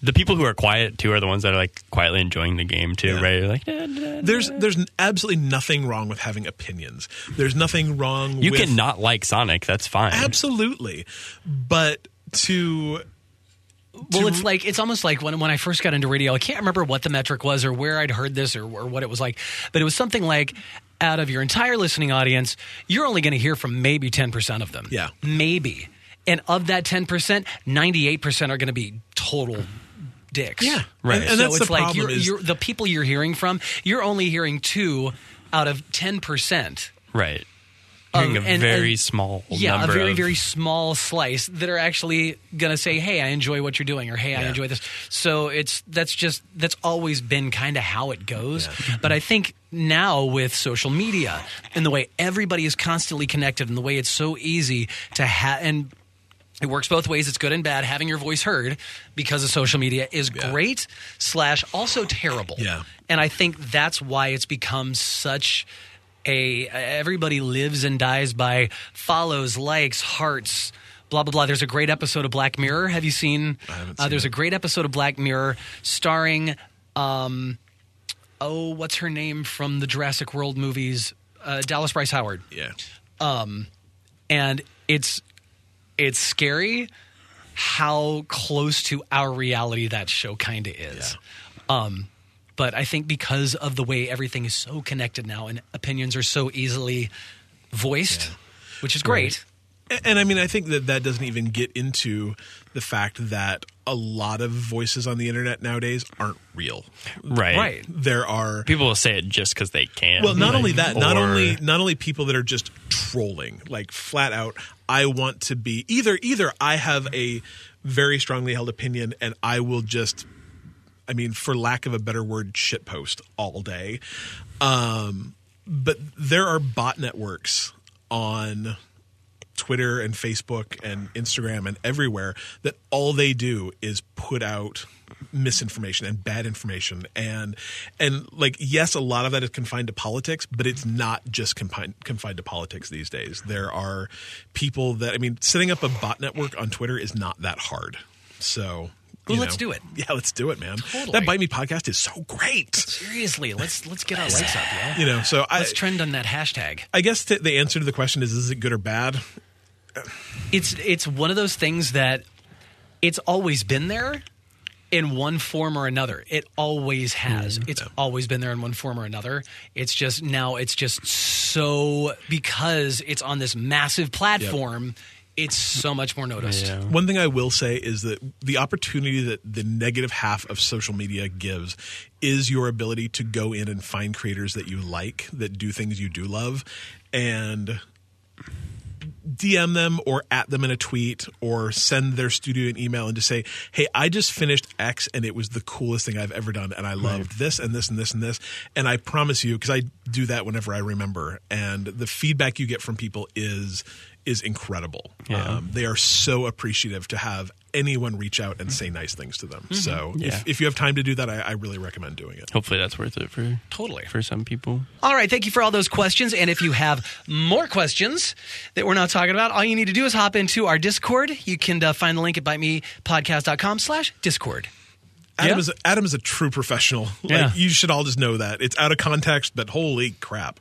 Speaker 1: the people who are quiet too are the ones that are like quietly enjoying the game too,
Speaker 3: Yeah.
Speaker 1: right? They're Like, "Nah, nah, nah."
Speaker 3: There's there's absolutely nothing wrong with having opinions. There's nothing wrong.
Speaker 1: you
Speaker 3: with,
Speaker 1: can not like Sonic. That's fine.
Speaker 3: absolutely, but to
Speaker 2: Well,
Speaker 3: to-
Speaker 2: it's like it's almost like when when I first got into radio, I can't remember what the metric was or where I'd heard this or, or what it was like, but it was something like out of your entire listening audience, you're only going to hear from maybe ten percent of them.
Speaker 3: Yeah.
Speaker 2: maybe. And of that ten percent, ninety eight percent are going to be total dicks.
Speaker 3: Yeah.
Speaker 2: And,
Speaker 3: Right. And- and
Speaker 2: so
Speaker 3: that's
Speaker 2: it's
Speaker 3: the
Speaker 2: like
Speaker 3: problem
Speaker 2: you're,
Speaker 3: is-
Speaker 2: you're the people you're hearing from. You're only hearing two out of ten percent
Speaker 1: Right. Hearing
Speaker 2: Um,
Speaker 1: a
Speaker 2: and-
Speaker 1: very
Speaker 2: and-
Speaker 1: small
Speaker 2: yeah, a
Speaker 1: number
Speaker 2: very
Speaker 1: of-
Speaker 2: very small slice that are actually going to say, "Hey, I enjoy what you're doing," or "Hey, I
Speaker 3: Yeah.
Speaker 2: enjoy this." So it's that's just that's always been kind of how it goes. But I think now with social media and the way everybody is constantly connected and the way it's so easy to have and it works both ways. It's good and bad. Having your voice heard because of social media is great, slash, also terrible.
Speaker 3: Yeah.
Speaker 2: And I think that's why it's become such a everybody lives and dies by follows, likes, hearts, blah blah blah. There's a great episode of Black Mirror. Have you seen? I
Speaker 3: haven't
Speaker 2: uh,
Speaker 3: seen
Speaker 2: there's
Speaker 3: it.
Speaker 2: a great episode of Black Mirror starring um oh, what's her name from the Jurassic World movies? Uh, Dallas Bryce Howard
Speaker 3: yeah.
Speaker 2: and it's it's scary how close to our reality that show kind of is. Um, but I think because of the way everything is so connected now and opinions are so easily voiced, which is great.
Speaker 3: A- And I mean, I think that that doesn't even get into the fact that a lot of voices on the internet nowadays aren't real.
Speaker 1: Right.
Speaker 2: Right.
Speaker 3: There are
Speaker 1: People will say it just because they can.
Speaker 3: well, not
Speaker 1: like,
Speaker 3: only that, not
Speaker 1: or-
Speaker 3: only not only people that are just trolling, like flat out. I want to be either either I have a very strongly held opinion, and I will just, I mean, for lack of a better word, shitpost all day. Um, but there are bot networks on Twitter and Facebook and Instagram and everywhere that all they do is put out misinformation and bad information and and like yes a lot of that is confined to politics but it's not just confined confined to politics these days there are people that I mean setting up a bot network on Twitter is not that hard so you
Speaker 2: Well, let's
Speaker 3: know.
Speaker 2: do it.
Speaker 3: yeah let's do it man
Speaker 2: Totally.
Speaker 3: that bite me podcast is so great
Speaker 2: Seriously, let's let's get our lights up, yeah.
Speaker 3: you know so I
Speaker 2: Let's trend on that hashtag.
Speaker 3: I guess the the answer to the question is is it good or bad
Speaker 2: It's it's one of those things that it's always been there in one form or another. It always has. It's always been there in one form or another. It's just now it's just so because it's on this massive platform, it's so much more noticed.
Speaker 1: Yeah.
Speaker 3: One thing I will say is that the opportunity that the negative half of social media gives is your ability to go in and find creators that you like, that do things you do love, and DM them or at them in a tweet or send their studio an email and just say, Hey, I just finished X and it was the coolest thing I've ever done. And I loved this and this and this and this. And I promise you, because I do that whenever I remember. And the feedback you get from people is is incredible. Um, they are so appreciative to have anyone reach out and say nice things to them. So
Speaker 1: Mm-hmm. Yeah.
Speaker 3: if, if you have time to do that, I, I really recommend doing it.
Speaker 1: Hopefully that's worth it for
Speaker 2: Totally.
Speaker 1: for some people.
Speaker 2: All right, thank you for all those questions. And if you have more questions that we're not talking about, all you need to do is hop into our Discord. You can uh, find the link at bitemepodcast.com slash Discord.
Speaker 3: Adam
Speaker 1: Yeah.
Speaker 3: is Adam is a true professional. Like
Speaker 1: Yeah.
Speaker 3: you should all just know that. It's out of context, but holy crap.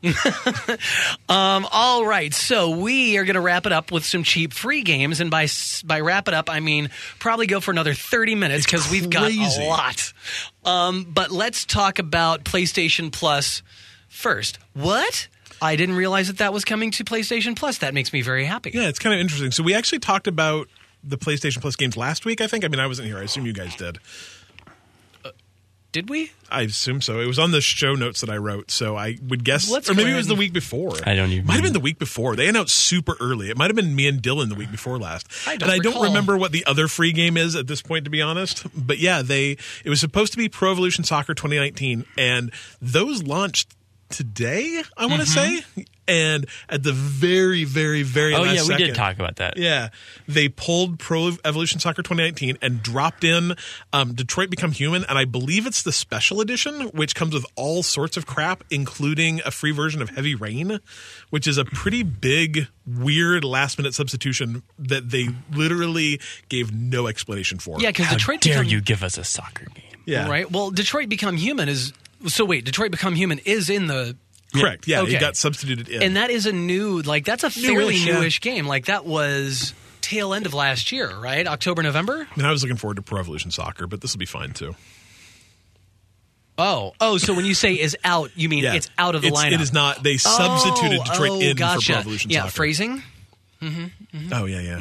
Speaker 2: All right, so we are going to wrap it up with some cheap free games, and by s- by wrap it up, I mean probably go for another thirty minutes because we've got
Speaker 3: crazy.
Speaker 2: a lot. Um, but let's talk about PlayStation Plus first. What? I didn't realize that that was coming to PlayStation Plus. That makes me very happy.
Speaker 3: Yeah, it's kind of interesting. So we actually talked about the PlayStation Plus games last week, I think. I mean, I wasn't here. I assume you guys did.
Speaker 2: Did we?
Speaker 3: I assume so. It was on the show notes that I wrote, so I would guess,
Speaker 2: Let's
Speaker 3: or maybe
Speaker 2: go
Speaker 3: it was the
Speaker 2: ahead
Speaker 3: week before.
Speaker 1: I don't even-
Speaker 3: Might have been the week before. They announced super early. It might have been me and Dylan the week before last.
Speaker 2: I don't
Speaker 3: and I
Speaker 2: recall.
Speaker 3: don't remember what the other free game is at this point, to be honest. But yeah, they it was supposed to be Pro Evolution Soccer 2019, and those launched today. I want to
Speaker 2: Mm-hmm.
Speaker 3: say, and at the very, very, very
Speaker 1: Oh
Speaker 3: last
Speaker 1: yeah, we did
Speaker 3: second-
Speaker 1: talk about that.
Speaker 3: yeah, they pulled Pro Evolution Soccer 2019 and dropped in um, Detroit Become Human, and I believe it's the special edition, which comes with all sorts of crap, including a free version of Heavy Rain, which is a pretty big, weird last minute substitution that they literally gave no explanation for.
Speaker 2: Yeah, because
Speaker 1: How
Speaker 2: Detroit.
Speaker 1: dare
Speaker 2: Become-
Speaker 1: you give us a soccer game?
Speaker 3: yeah,
Speaker 2: Right. Well, Detroit Become Human is. So wait, Detroit Become Human is in the.
Speaker 3: correct. Yeah,
Speaker 2: Okay.
Speaker 3: it got substituted in.
Speaker 2: And that is a new, like, that's a fairly
Speaker 3: Newish, yeah.
Speaker 2: newish game. Like, that was tail end of last year, right? October, November?
Speaker 3: and I was looking forward to Pro Evolution Soccer, but this will be fine too.
Speaker 2: Oh, oh, so when you say is out, you mean
Speaker 3: Yeah,
Speaker 2: it's out of the lineup.
Speaker 3: It is not. They
Speaker 2: Oh,
Speaker 3: substituted Detroit
Speaker 2: oh,
Speaker 3: in
Speaker 2: gotcha.
Speaker 3: for Pro Evolution
Speaker 2: yeah,
Speaker 3: Soccer.
Speaker 2: phrasing.
Speaker 3: Oh yeah, yeah.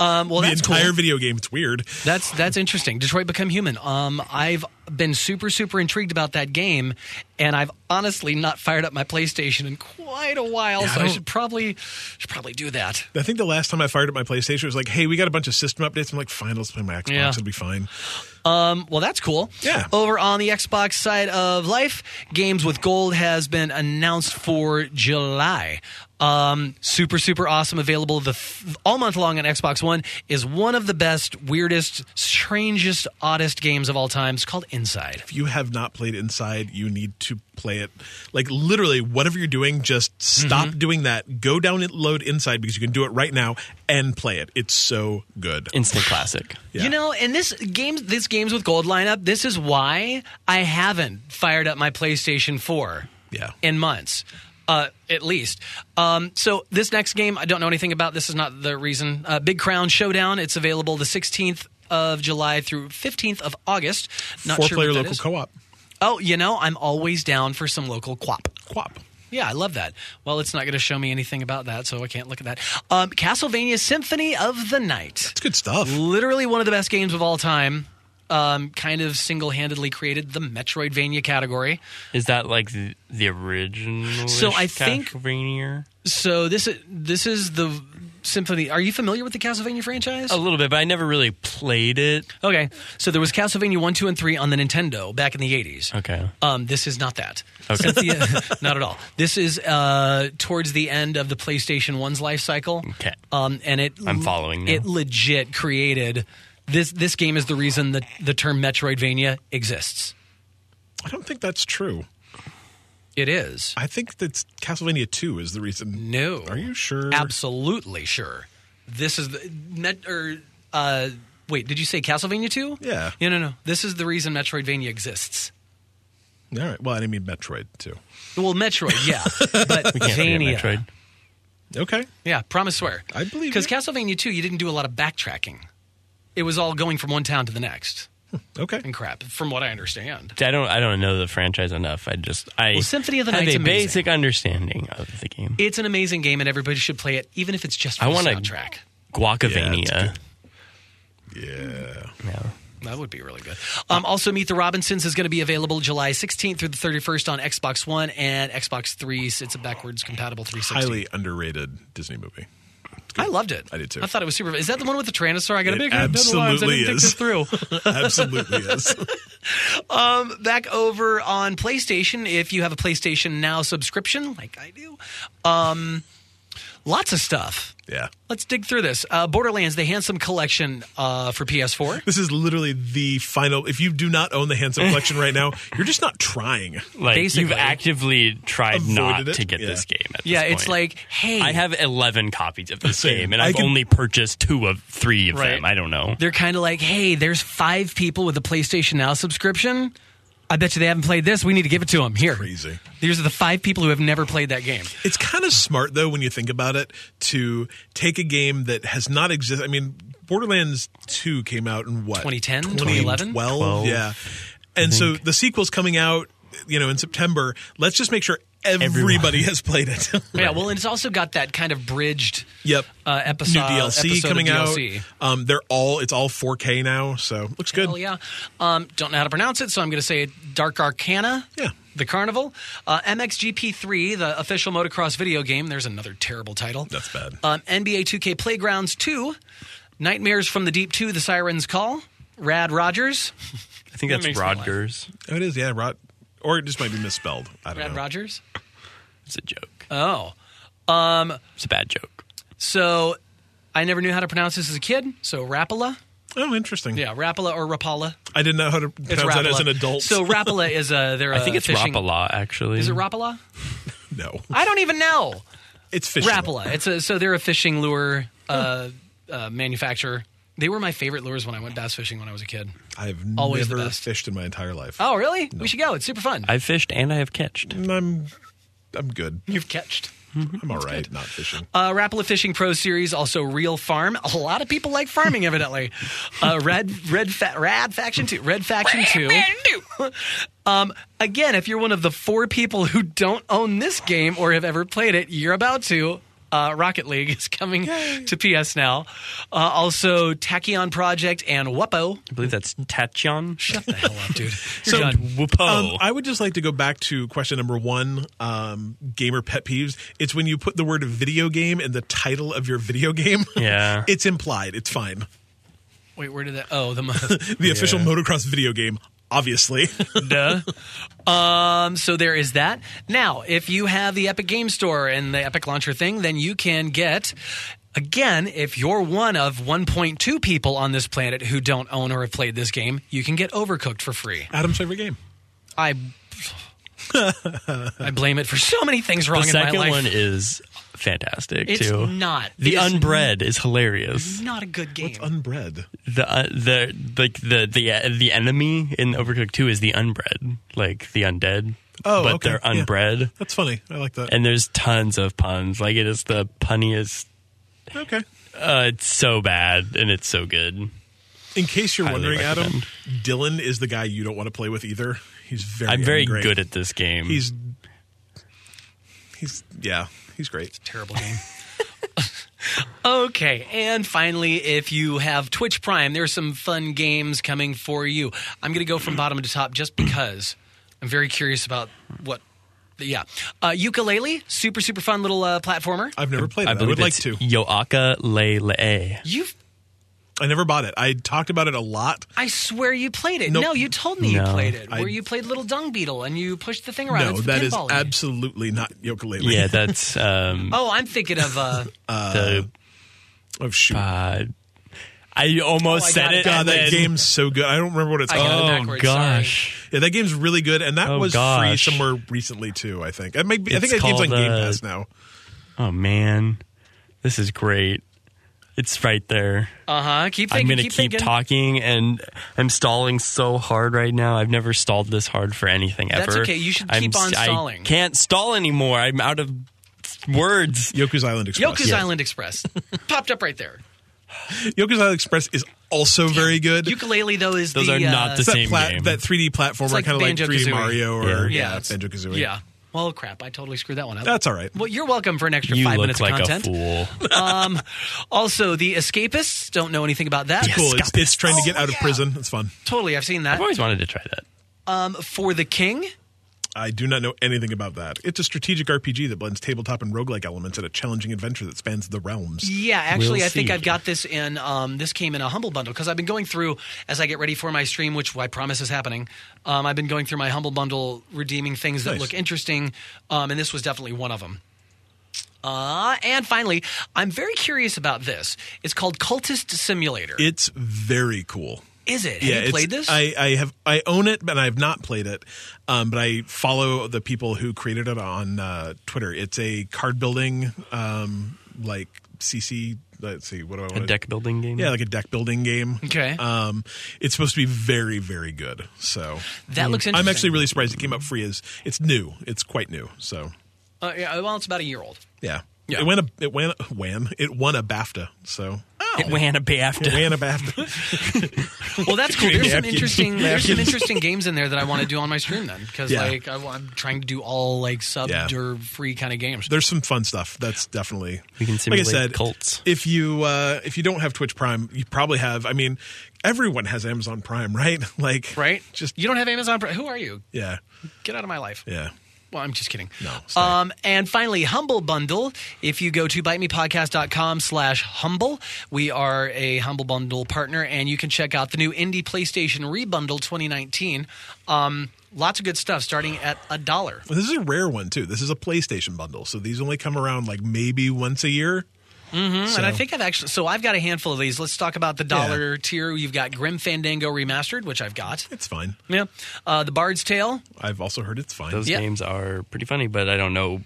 Speaker 2: Um, well,
Speaker 3: the
Speaker 2: that's cool.
Speaker 3: entire video game. It's weird.
Speaker 2: That's that's interesting. Detroit Become Human. Um, I've been super super intrigued about that game, and I've honestly not fired up my PlayStation in quite a while.
Speaker 3: Yeah, I
Speaker 2: so I,
Speaker 3: don't-
Speaker 2: should probably should probably do that.
Speaker 3: I think the last time I fired up my PlayStation it was like, "Hey, we got a bunch of system updates." I'm like, "Fine, let's play my Xbox.
Speaker 2: Yeah.
Speaker 3: It'll be fine."
Speaker 2: Well, that's cool.
Speaker 3: Yeah.
Speaker 2: Over on the Xbox side of life, Games with Gold has been announced for July. Um, super, super awesome. Available the th- all month long on Xbox One is one of the best, weirdest, strangest, oddest games of all time. It's called Inside.
Speaker 3: If you have not played Inside, you need to play it. Like literally, whatever you're doing, just stop
Speaker 2: Mm-hmm.
Speaker 3: doing that. Go download Inside because you can do it right now and play it. It's so good.
Speaker 1: Instant classic.
Speaker 3: Yeah.
Speaker 2: You know, and this games, this games with gold lineup. This is why I haven't fired up my PlayStation Four.
Speaker 3: Yeah.
Speaker 2: in months, uh, at least. Um, so this next game, I don't know anything about. This is not the reason. Uh, Big Crown Showdown. It's available the sixteenth of July through fifteenth of August. Not
Speaker 3: Four
Speaker 2: sure
Speaker 3: player
Speaker 2: what that
Speaker 3: local
Speaker 2: is.
Speaker 3: co-op.
Speaker 2: Oh, you know, I'm always down for some local quap.
Speaker 3: Co-op.
Speaker 2: Yeah, I love that. Well, it's not going to show me anything about that, so I can't look at that. Um, Castlevania Symphony of the Night
Speaker 3: It's good stuff.
Speaker 2: literally one of the best games of all time. Um, kind of single-handedly created the Metroidvania category.
Speaker 1: Is that like the, the original?
Speaker 2: So I think-
Speaker 1: Castlevania.
Speaker 2: So this is this is the symphony. Are you familiar with the Castlevania franchise?
Speaker 1: A little bit, but I never really played it.
Speaker 2: Okay, so there was Castlevania one, two, and three on the Nintendo back in the eighties.
Speaker 1: Okay. Oh.
Speaker 2: Um, this is not that.
Speaker 1: Okay.
Speaker 2: Cynthia- not at all. This is uh, towards the end of the PlayStation 1's life cycle.
Speaker 1: Okay.
Speaker 2: Um, and it
Speaker 1: I'm following now.
Speaker 2: It legit created this. This game is the reason that the term Metroidvania exists.
Speaker 3: I don't think that's true.
Speaker 2: It is.
Speaker 3: I think that's Castlevania Two is the reason.
Speaker 2: No.
Speaker 3: Are you sure?
Speaker 2: Absolutely sure. This is the net or uh, wait, did you say Castlevania 2?
Speaker 3: Yeah.
Speaker 2: No, no, no. This is the reason Metroidvania exists. Mm.
Speaker 3: All right. Well, I mean Metroid Two.
Speaker 2: Well, Metroid, yeah, but
Speaker 1: Can't forget
Speaker 2: Vania.
Speaker 1: Metroid.
Speaker 3: Okay.
Speaker 2: Yeah, promise swear.
Speaker 3: I believe
Speaker 2: because
Speaker 3: you.
Speaker 2: Castlevania 2, you didn't do a lot of backtracking. It was all going from one town to the next
Speaker 3: Okay.
Speaker 2: and crap, from what I understand.
Speaker 1: I don't. I don't know the franchise enough. I just. I
Speaker 2: Well, Symphony of the
Speaker 1: have
Speaker 2: Night's
Speaker 1: a
Speaker 2: amazing.
Speaker 1: basic understanding of the game.
Speaker 2: It's an amazing game, and everybody should play it, even if it's just for
Speaker 1: I
Speaker 2: the
Speaker 1: wanna-
Speaker 2: soundtrack.
Speaker 1: Guacavania.
Speaker 3: Yeah, it's Yeah.
Speaker 1: Yeah.
Speaker 2: That would be really good. Um, also, Meet the Robinsons is going to be available July 16th through the 31st on Xbox One and Xbox 3. So It's a backwards compatible 360.
Speaker 3: Highly underrated Disney movie.
Speaker 2: I loved it.
Speaker 3: I did too.
Speaker 2: I thought it was super. Is that the one with the Tyrannosaur? I got a
Speaker 3: It
Speaker 2: big head, metal lives. I
Speaker 3: absolutely
Speaker 2: didn't think
Speaker 3: is.
Speaker 2: this through.
Speaker 3: Absolutely is.
Speaker 2: Back over on PlayStation, if you have a PlayStation Now subscription, like I do, um, Lots of stuff.
Speaker 3: Yeah.
Speaker 2: Let's dig through this. Uh, Borderlands, the handsome collection uh, for PS4.
Speaker 3: This is literally the final. If you do not own the Handsome Collection right now, you're just not trying.
Speaker 1: Like
Speaker 2: Basically.
Speaker 1: you've actively tried
Speaker 3: Avoided
Speaker 1: not
Speaker 3: it?
Speaker 1: to get
Speaker 3: Yeah.
Speaker 1: this game. At
Speaker 2: Yeah,
Speaker 1: this
Speaker 2: it's
Speaker 1: point.
Speaker 2: like, hey,
Speaker 1: I have eleven copies of this
Speaker 3: Same.
Speaker 1: game, and
Speaker 3: I
Speaker 1: I've
Speaker 3: can-
Speaker 1: only purchased two of three of
Speaker 2: Right.
Speaker 1: them. I don't know.
Speaker 2: they're kind of like, hey, there's five people with a PlayStation Now subscription. I bet you they haven't played this. We need to give it to them. Here.
Speaker 3: crazy.
Speaker 2: These are the five people who have never played that game.
Speaker 3: It's kind of smart though when you think about it to take a game that has not existed. I mean, Borderlands 2 came out in what?
Speaker 2: 2010,
Speaker 3: 2011?
Speaker 1: 12,
Speaker 3: yeah. And so the sequel's coming out, you know, in September. Let's just make sure everybody has played it.
Speaker 2: Yeah, well, and it's also got that kind of bridged
Speaker 3: yep.
Speaker 2: uh, episode.
Speaker 3: New DLC
Speaker 2: episode of
Speaker 3: coming
Speaker 2: DLC.
Speaker 3: out. Um, they're all it's all 4K now, so looks good.
Speaker 2: Hell yeah. Um, don't know how to pronounce it, so I'm going to say Dark Arcana.
Speaker 3: Yeah.
Speaker 2: The Carnival. Uh, MXGP3, the official motocross video game. There's another terrible title.
Speaker 3: That's bad.
Speaker 2: Um, NBA 2K Playgrounds 2. Nightmares from the Deep 2, The Siren's Call. Rad Rogers.
Speaker 1: I think
Speaker 2: makes
Speaker 1: that's
Speaker 2: me laugh.
Speaker 1: Rodgers.
Speaker 3: Oh, it is, yeah, rot or it just might be misspelled. I don't
Speaker 2: Rad
Speaker 3: know.
Speaker 2: Rogers?
Speaker 1: It's a joke.
Speaker 2: Oh.
Speaker 1: It's a bad joke.
Speaker 2: uh, So I never knew how to pronounce this as a kid. So Rapala.
Speaker 3: Oh, interesting.
Speaker 2: Yeah, Rapala or Rapala.
Speaker 3: I didn't know how to
Speaker 2: It's
Speaker 3: pronounce that as
Speaker 2: Rapala.
Speaker 3: an adult.
Speaker 2: So Rapala is a. They're
Speaker 1: I think it's
Speaker 2: fishing.
Speaker 1: Rapala, actually.
Speaker 2: Is it Rapala?
Speaker 3: no.
Speaker 2: I don't even know.
Speaker 3: It's fishing.
Speaker 2: Rapala. It's a so they're a fishing lure uh, uh, manufacturer. They were my favorite lures when I went bass fishing when I was a kid.
Speaker 3: I've
Speaker 2: Always the
Speaker 3: never
Speaker 2: best.
Speaker 3: fished in my entire life.
Speaker 2: Oh, really? We should go. It's super fun.
Speaker 1: I've fished and I have catched.
Speaker 3: And I'm I'm good.
Speaker 2: You've catched.
Speaker 3: I'm all right not fishing.
Speaker 2: Uh, Rapala Fishing Pro Series, also Real Farm. A lot of people like farming, evidently. Uh, Red, Red, Fa- Rad Faction Two, Red Faction Two. um, again, if you're one of the four people who don't own this game or have ever played it, you're about to. Uh, Rocket League is coming to PS now. Uh, also, Tachyon Project and Wuppo.
Speaker 1: I believe that's Tachyon.
Speaker 2: Shut the hell up, dude.
Speaker 1: So,
Speaker 2: You're done.
Speaker 1: Whoop-o.
Speaker 3: Um, I would just like to go back to question number one, um, gamer pet peeves. It's when you put the word video game in the title of your video game.
Speaker 1: Yeah.
Speaker 3: it's implied. It's fine.
Speaker 2: Wait, where did that? Oh, the mo-
Speaker 3: The official motocross video game, obviously.
Speaker 2: Um, so there is that. Now, if you have the Epic Game Store and the Epic Launcher thing, then you can get. Again, if you're one of 1.2 people on this planet who don't own or have played this game, you can get Overcooked for free.
Speaker 3: Adam's favorite game.
Speaker 2: I I blame it for so many things wrong
Speaker 1: the
Speaker 2: in my
Speaker 1: second
Speaker 2: life.
Speaker 1: one is fantastic
Speaker 2: it's
Speaker 1: too.
Speaker 2: not.
Speaker 1: the
Speaker 2: It is Mm-hmm.
Speaker 1: unbread is hilarious.
Speaker 2: Not a good game.
Speaker 3: Unbread.
Speaker 1: The uh, the like the the uh, the enemy in Overcooked 2 is the unbred, like the undead.
Speaker 3: Oh,
Speaker 1: but
Speaker 3: okay.
Speaker 1: they're
Speaker 3: Yeah.
Speaker 1: unbred.
Speaker 3: That's funny. I like that.
Speaker 1: And there's tons of puns. Like it is the punniest.
Speaker 3: okay.
Speaker 1: Uh, it's so bad and it's so good.
Speaker 3: In case you're
Speaker 1: Highly
Speaker 3: wondering,
Speaker 1: recommend.
Speaker 3: Adam, Dylan is the guy you don't want to play with either. He's very.
Speaker 1: I'm very
Speaker 3: ingrained.
Speaker 1: good at this game.
Speaker 3: He's. He's yeah. He's great.
Speaker 2: terrible game. okay, and finally, if you have Twitch Prime, there's some fun games coming for you. I'm going to go from bottom to top just because I'm very curious about what. Yeah, uh, ukulele, super super fun little uh, platformer.
Speaker 3: I've never played it.
Speaker 1: I
Speaker 3: I,
Speaker 1: believe
Speaker 3: would like
Speaker 1: it's e-
Speaker 3: to.
Speaker 1: Yoaka Lele.
Speaker 2: You've,
Speaker 3: I never bought it. I talked about it a lot.
Speaker 2: I swear you played it.
Speaker 3: Nope.
Speaker 2: No, you told me you
Speaker 1: No.
Speaker 2: played it.
Speaker 3: I-
Speaker 2: Where you played little dung beetle and you pushed the thing around.
Speaker 3: No,
Speaker 2: It's the
Speaker 3: that is
Speaker 2: pinball game.
Speaker 3: absolutely not ukulele.
Speaker 1: Yeah, that's um
Speaker 2: Oh, I'm thinking of uh,
Speaker 1: the
Speaker 3: Oh shoot.
Speaker 1: uh, I almost
Speaker 2: Oh, I
Speaker 1: said
Speaker 2: got it.
Speaker 1: it.
Speaker 3: God,
Speaker 1: and
Speaker 3: that
Speaker 1: then-
Speaker 3: game's so good. I don't remember what it's
Speaker 2: I got it
Speaker 3: called.
Speaker 2: back.
Speaker 1: Oh
Speaker 2: backwards,
Speaker 1: gosh.
Speaker 3: Yeah, that game's really good, and that
Speaker 1: Oh,
Speaker 3: was free
Speaker 1: gosh.
Speaker 3: somewhere recently too. I think. It might be, I think
Speaker 1: It's
Speaker 3: that game's on
Speaker 1: called,
Speaker 3: Game
Speaker 1: uh,
Speaker 3: Pass now.
Speaker 1: Oh man. This is great. It's right there.
Speaker 2: uh huh. Keep
Speaker 1: I'm
Speaker 2: thinking.
Speaker 1: going to
Speaker 2: keep
Speaker 1: keep
Speaker 2: thinking.
Speaker 1: talking and I'm stalling so hard right now. I've never stalled this hard for anything
Speaker 2: That's
Speaker 1: ever.
Speaker 2: okay. You should
Speaker 1: I'm
Speaker 2: keep on
Speaker 1: s- I
Speaker 2: stalling.
Speaker 1: can't stall anymore. I'm out of words.
Speaker 3: Yoku's Island Express.
Speaker 2: Yoku's Island Express popped up right there.
Speaker 3: Yoku's Island Express is also very good.
Speaker 2: Ukulele though is
Speaker 1: Those
Speaker 2: the,
Speaker 1: are not
Speaker 2: uh,
Speaker 1: the
Speaker 3: It's that,
Speaker 1: same game.
Speaker 3: that 3D platformer,
Speaker 2: like
Speaker 3: kind of like 3D
Speaker 2: Banjo-Kazooie.
Speaker 3: Mario or
Speaker 1: Yeah.
Speaker 3: yeah,
Speaker 2: Yeah, it's-
Speaker 3: Banjo Kazooie.
Speaker 2: yeah. Well, crap! I totally screwed that one up.
Speaker 3: That's all right.
Speaker 2: Well, you're welcome for an extra
Speaker 1: You
Speaker 2: five
Speaker 1: look
Speaker 2: minutes
Speaker 1: like
Speaker 2: of content.
Speaker 1: a fool.
Speaker 2: um, also, the escapists don't know anything about that.
Speaker 1: Yes.
Speaker 3: cool. It's,
Speaker 1: Scalpel.
Speaker 3: it's trying to get
Speaker 2: Oh,
Speaker 3: out of
Speaker 2: yeah.
Speaker 3: prison. It's fun.
Speaker 2: Totally, I've seen
Speaker 1: I've
Speaker 2: that.
Speaker 1: always wanted to try that.
Speaker 2: Um, for the king,
Speaker 3: I do not know anything about that. It's a strategic RPG that blends tabletop and roguelike elements in a challenging adventure that spans the realms.
Speaker 2: yeah. Actually,
Speaker 1: We'll
Speaker 2: I think
Speaker 1: see.
Speaker 2: I've got this in. Um, this came in a humble bundle because I've been going through as I get ready for my stream, which I promise is happening. Um, I've been going through my humble bundle, redeeming things that
Speaker 3: Nice.
Speaker 2: look interesting, um, and this was definitely one of them. Uh, and finally, I'm very curious about this. It's called Cultist Simulator. Is
Speaker 3: It's very cool.
Speaker 2: it?
Speaker 3: Yeah,
Speaker 2: Have you
Speaker 3: it's-
Speaker 2: played this?
Speaker 3: I, I have. I own it, but I have not played it. Um, but I follow the people who created it on uh, Twitter. It's a card building, um, like CC. Let's see, what do I want?
Speaker 1: A deck building game.
Speaker 3: Yeah, like a deck building game.
Speaker 2: Okay.
Speaker 3: Um, it's supposed to be very, very good. So
Speaker 2: That looks
Speaker 3: Mm. I'm
Speaker 2: interesting.
Speaker 3: actually really surprised it came up free. Is it's new? It's quite new. So
Speaker 2: uh, yeah, well, it's about a year old.
Speaker 3: yeah,
Speaker 1: Yeah.
Speaker 3: It went. A, it went. Wham! It won a BAFTA. So
Speaker 2: Oh.
Speaker 1: It ran a bit after.
Speaker 3: it ran a BAFTA.
Speaker 2: Well, that's cool. There's some
Speaker 3: Napkins.
Speaker 2: interesting there's some
Speaker 3: Napkins.
Speaker 2: interesting games in there that I want to do on my stream then because
Speaker 3: Yeah.
Speaker 2: like I, am trying to do all like subbed
Speaker 3: Yeah.
Speaker 2: or free kind of games.
Speaker 3: There's some fun stuff. That's definitely
Speaker 1: We can
Speaker 3: like I
Speaker 1: simulate
Speaker 3: said.
Speaker 1: cults.
Speaker 3: If you uh, if you don't have Twitch Prime, you probably have. I mean, everyone has Amazon Prime, right? Like
Speaker 2: right?
Speaker 3: Just
Speaker 2: you don't have Amazon. Pri- Who are you?
Speaker 3: yeah,
Speaker 2: Get out of my life.
Speaker 3: yeah.
Speaker 2: Well, I'm just kidding.
Speaker 3: No, sorry.
Speaker 2: Um, and finally, Humble Bundle. If you go to bitemepodcast.com slash humble, we are a Humble Bundle partner, and you can check out the new Indie PlayStation Rebundle 2019. Um, lots of good stuff starting at a dollar.
Speaker 3: Well, this is a rare one too. This is a PlayStation bundle, so these only come around like maybe once a year.
Speaker 2: Mm-hmm, And I think I've actually, so I've got a handful of these. Let's talk about the dollar tier. You've got Grim Fandango Remastered, which I've got.
Speaker 3: It's fine.
Speaker 2: Yeah. Uh, the Bard's Tale.
Speaker 3: I've also heard it's fine.
Speaker 1: Those
Speaker 2: Yeah.
Speaker 1: games are pretty funny, but I don't know.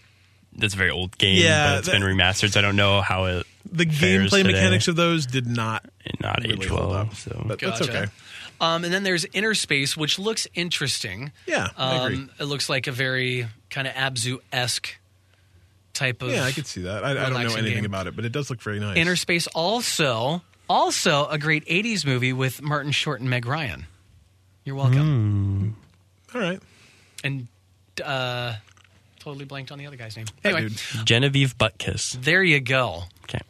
Speaker 1: That's a very old game.
Speaker 3: Yeah,
Speaker 1: but it's
Speaker 3: that-
Speaker 1: been remastered, so I don't know how it
Speaker 3: the
Speaker 1: fares
Speaker 3: gameplay
Speaker 1: today.
Speaker 3: mechanics of those did not
Speaker 1: It not
Speaker 3: really
Speaker 1: age
Speaker 3: hold
Speaker 1: well.
Speaker 3: up,
Speaker 1: So
Speaker 3: but that's
Speaker 2: Gotcha.
Speaker 3: okay.
Speaker 2: Um, and then there's Inner Space, which looks interesting.
Speaker 3: Yeah, I agree.
Speaker 2: Um, it looks like a very kind of Abzu esque type of
Speaker 3: Yeah, I could see that. I, I don't know
Speaker 2: relaxing
Speaker 3: anything
Speaker 2: game.
Speaker 3: about it, but it does look very nice.
Speaker 2: Inner Space. Also, also a great '80s movie with Martin Short and Meg Ryan. You're
Speaker 3: Mm.
Speaker 2: welcome.
Speaker 3: All right.
Speaker 2: And uh, totally blanked on the other guy's name.
Speaker 3: Hey,
Speaker 2: Anyway,
Speaker 3: dude.
Speaker 1: Genevieve Buttkiss.
Speaker 2: there you go.
Speaker 1: Okay.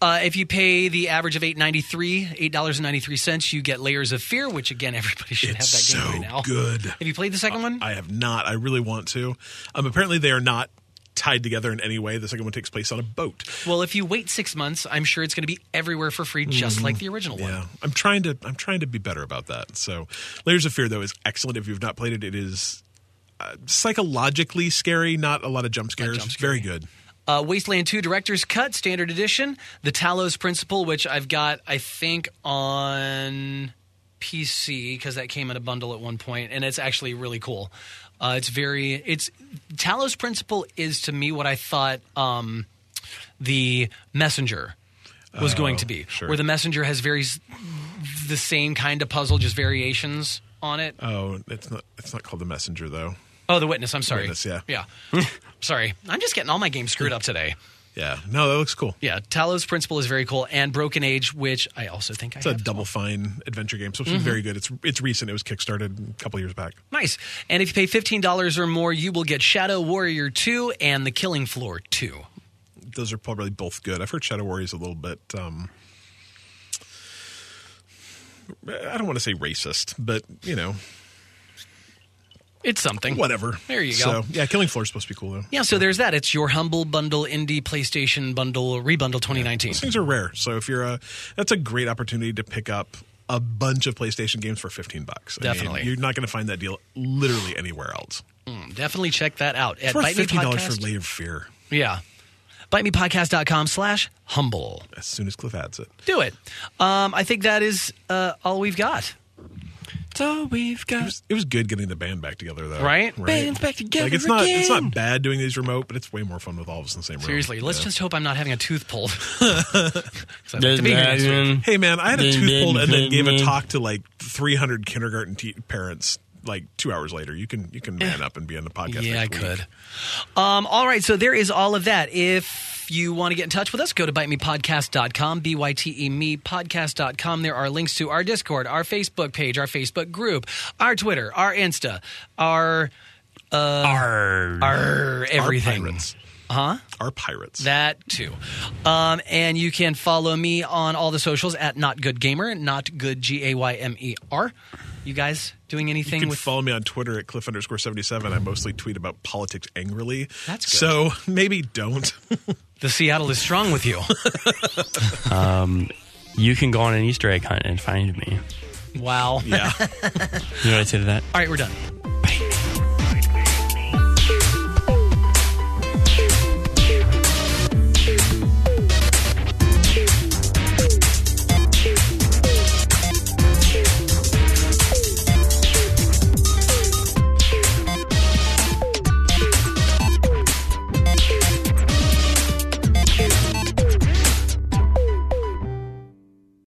Speaker 2: Uh, if you pay the average of eight ninety three, eight dollars and ninety three cents, you get Layers of Fear, which again everybody should
Speaker 3: It's
Speaker 2: have that
Speaker 3: so
Speaker 2: game right now.
Speaker 3: good. Uh,
Speaker 2: Have you played the second one?
Speaker 3: I have not. I really want to. Um, apparently, they are not tied together in any way. The second one takes place on a boat.
Speaker 2: Well, if you wait six months, I'm sure it's going to be everywhere for free, just
Speaker 3: Mm-hmm.
Speaker 2: like the original one.
Speaker 3: Yeah, I'm trying to. I'm trying to be better about that. So, Layers of Fear though is excellent. If you've not played it, it is uh, psychologically scary. Not a lot of jump scares.
Speaker 2: jump
Speaker 3: very good.
Speaker 2: Uh, Wasteland 2 Director's Cut, Standard Edition, The Talos Principle, which I've got, I think, on PC because that came in a bundle at one point, and it's actually really cool. Uh, it's very, it's Talos Principle is to me what I thought um, the Messenger was going to be,
Speaker 3: Oh, sure.
Speaker 2: where the Messenger has very s- the same kind of puzzle, just variations on it.
Speaker 3: Oh, it's not. It's not called the Messenger though.
Speaker 2: Oh, the witness. I'm sorry.
Speaker 3: Witness, yeah.
Speaker 2: Yeah. sorry. I'm just getting all my games screwed up today.
Speaker 3: Yeah. No, that looks cool.
Speaker 2: Yeah. Talos Principle is very cool, and Broken Age, which I also think I
Speaker 3: It's a
Speaker 2: have.
Speaker 3: double fine adventure game. So it's
Speaker 2: Mm-hmm.
Speaker 3: been very good. It's it's recent. It was kickstarted a couple years back.
Speaker 2: nice. And if you pay fifteen dollars or more, you will get Shadow Warrior Two and The Killing Floor Two.
Speaker 3: Those are probably both good. I've heard Shadow Warriors a little bit. Um, I don't want to say racist, but you know,
Speaker 2: It's something.
Speaker 3: whatever.
Speaker 2: There you go.
Speaker 3: So yeah, Killing Floor is supposed to be cool though.
Speaker 2: Yeah. So there's that. It's your humble bundle indie PlayStation bundle rebundle 2019.
Speaker 3: These things are rare. So if you're a, that's a great opportunity to pick up a bunch of PlayStation games for 15 bucks. I mean,
Speaker 2: Definitely.
Speaker 3: you're not going to find that deal literally anywhere else.
Speaker 2: Hmm, Definitely check that out at
Speaker 3: It's worth
Speaker 2: Bite Me
Speaker 3: $15
Speaker 2: Podcast.
Speaker 3: for Layer of Fear
Speaker 2: yeah. BiteMePodcast.com slash humble.
Speaker 3: as soon as Cliff adds it.
Speaker 2: Do it. Um, I think that is uh, all we've got.
Speaker 1: That's all we've
Speaker 3: It
Speaker 1: got.
Speaker 3: was, it was good getting the band back together though.
Speaker 2: Right?
Speaker 1: Band's back together
Speaker 3: Like it's not it's
Speaker 1: again.
Speaker 3: not bad doing these remote, but it's way more fun with all of us in the same room.
Speaker 2: Seriously, let's
Speaker 3: Yeah.
Speaker 2: just hope I'm not having a tooth pulled. 'Cause I'd like to be here next week.
Speaker 3: Hey man, I had a
Speaker 1: Ding,
Speaker 3: tooth
Speaker 1: ding,
Speaker 3: pulled and then
Speaker 1: ding,
Speaker 3: gave a
Speaker 1: ding.
Speaker 3: talk to like 300 kindergarten te- parents like 2 hours later. You can you can man up and be on the podcast.
Speaker 2: Eh. Yeah, I
Speaker 3: next week.
Speaker 2: could. Um, all right, so there is all of that. If you want to get in touch with us, go to bitemepodcast.com, B Y T E me podcast.com. There are links to our Discord, our Facebook page, our Facebook group, our Twitter, our Insta, our,
Speaker 1: Arr.
Speaker 2: our everything.
Speaker 3: Our pirates. Huh? Our pirates.
Speaker 2: That too. Um, and you can follow me on all the socials at Not Good Gamer, Not Good G A Y M E R. You guys doing anything
Speaker 3: You can
Speaker 2: with
Speaker 3: follow me on Twitter at cliff underscore seventy seven. I mostly tweet about politics angrily.
Speaker 2: That's good.
Speaker 3: so maybe don't.
Speaker 2: the Seattle is strong with you?
Speaker 1: You can go on an Easter egg hunt and find me.
Speaker 2: wow.
Speaker 3: Yeah.
Speaker 1: You know what I say to that?
Speaker 2: All right, we're done.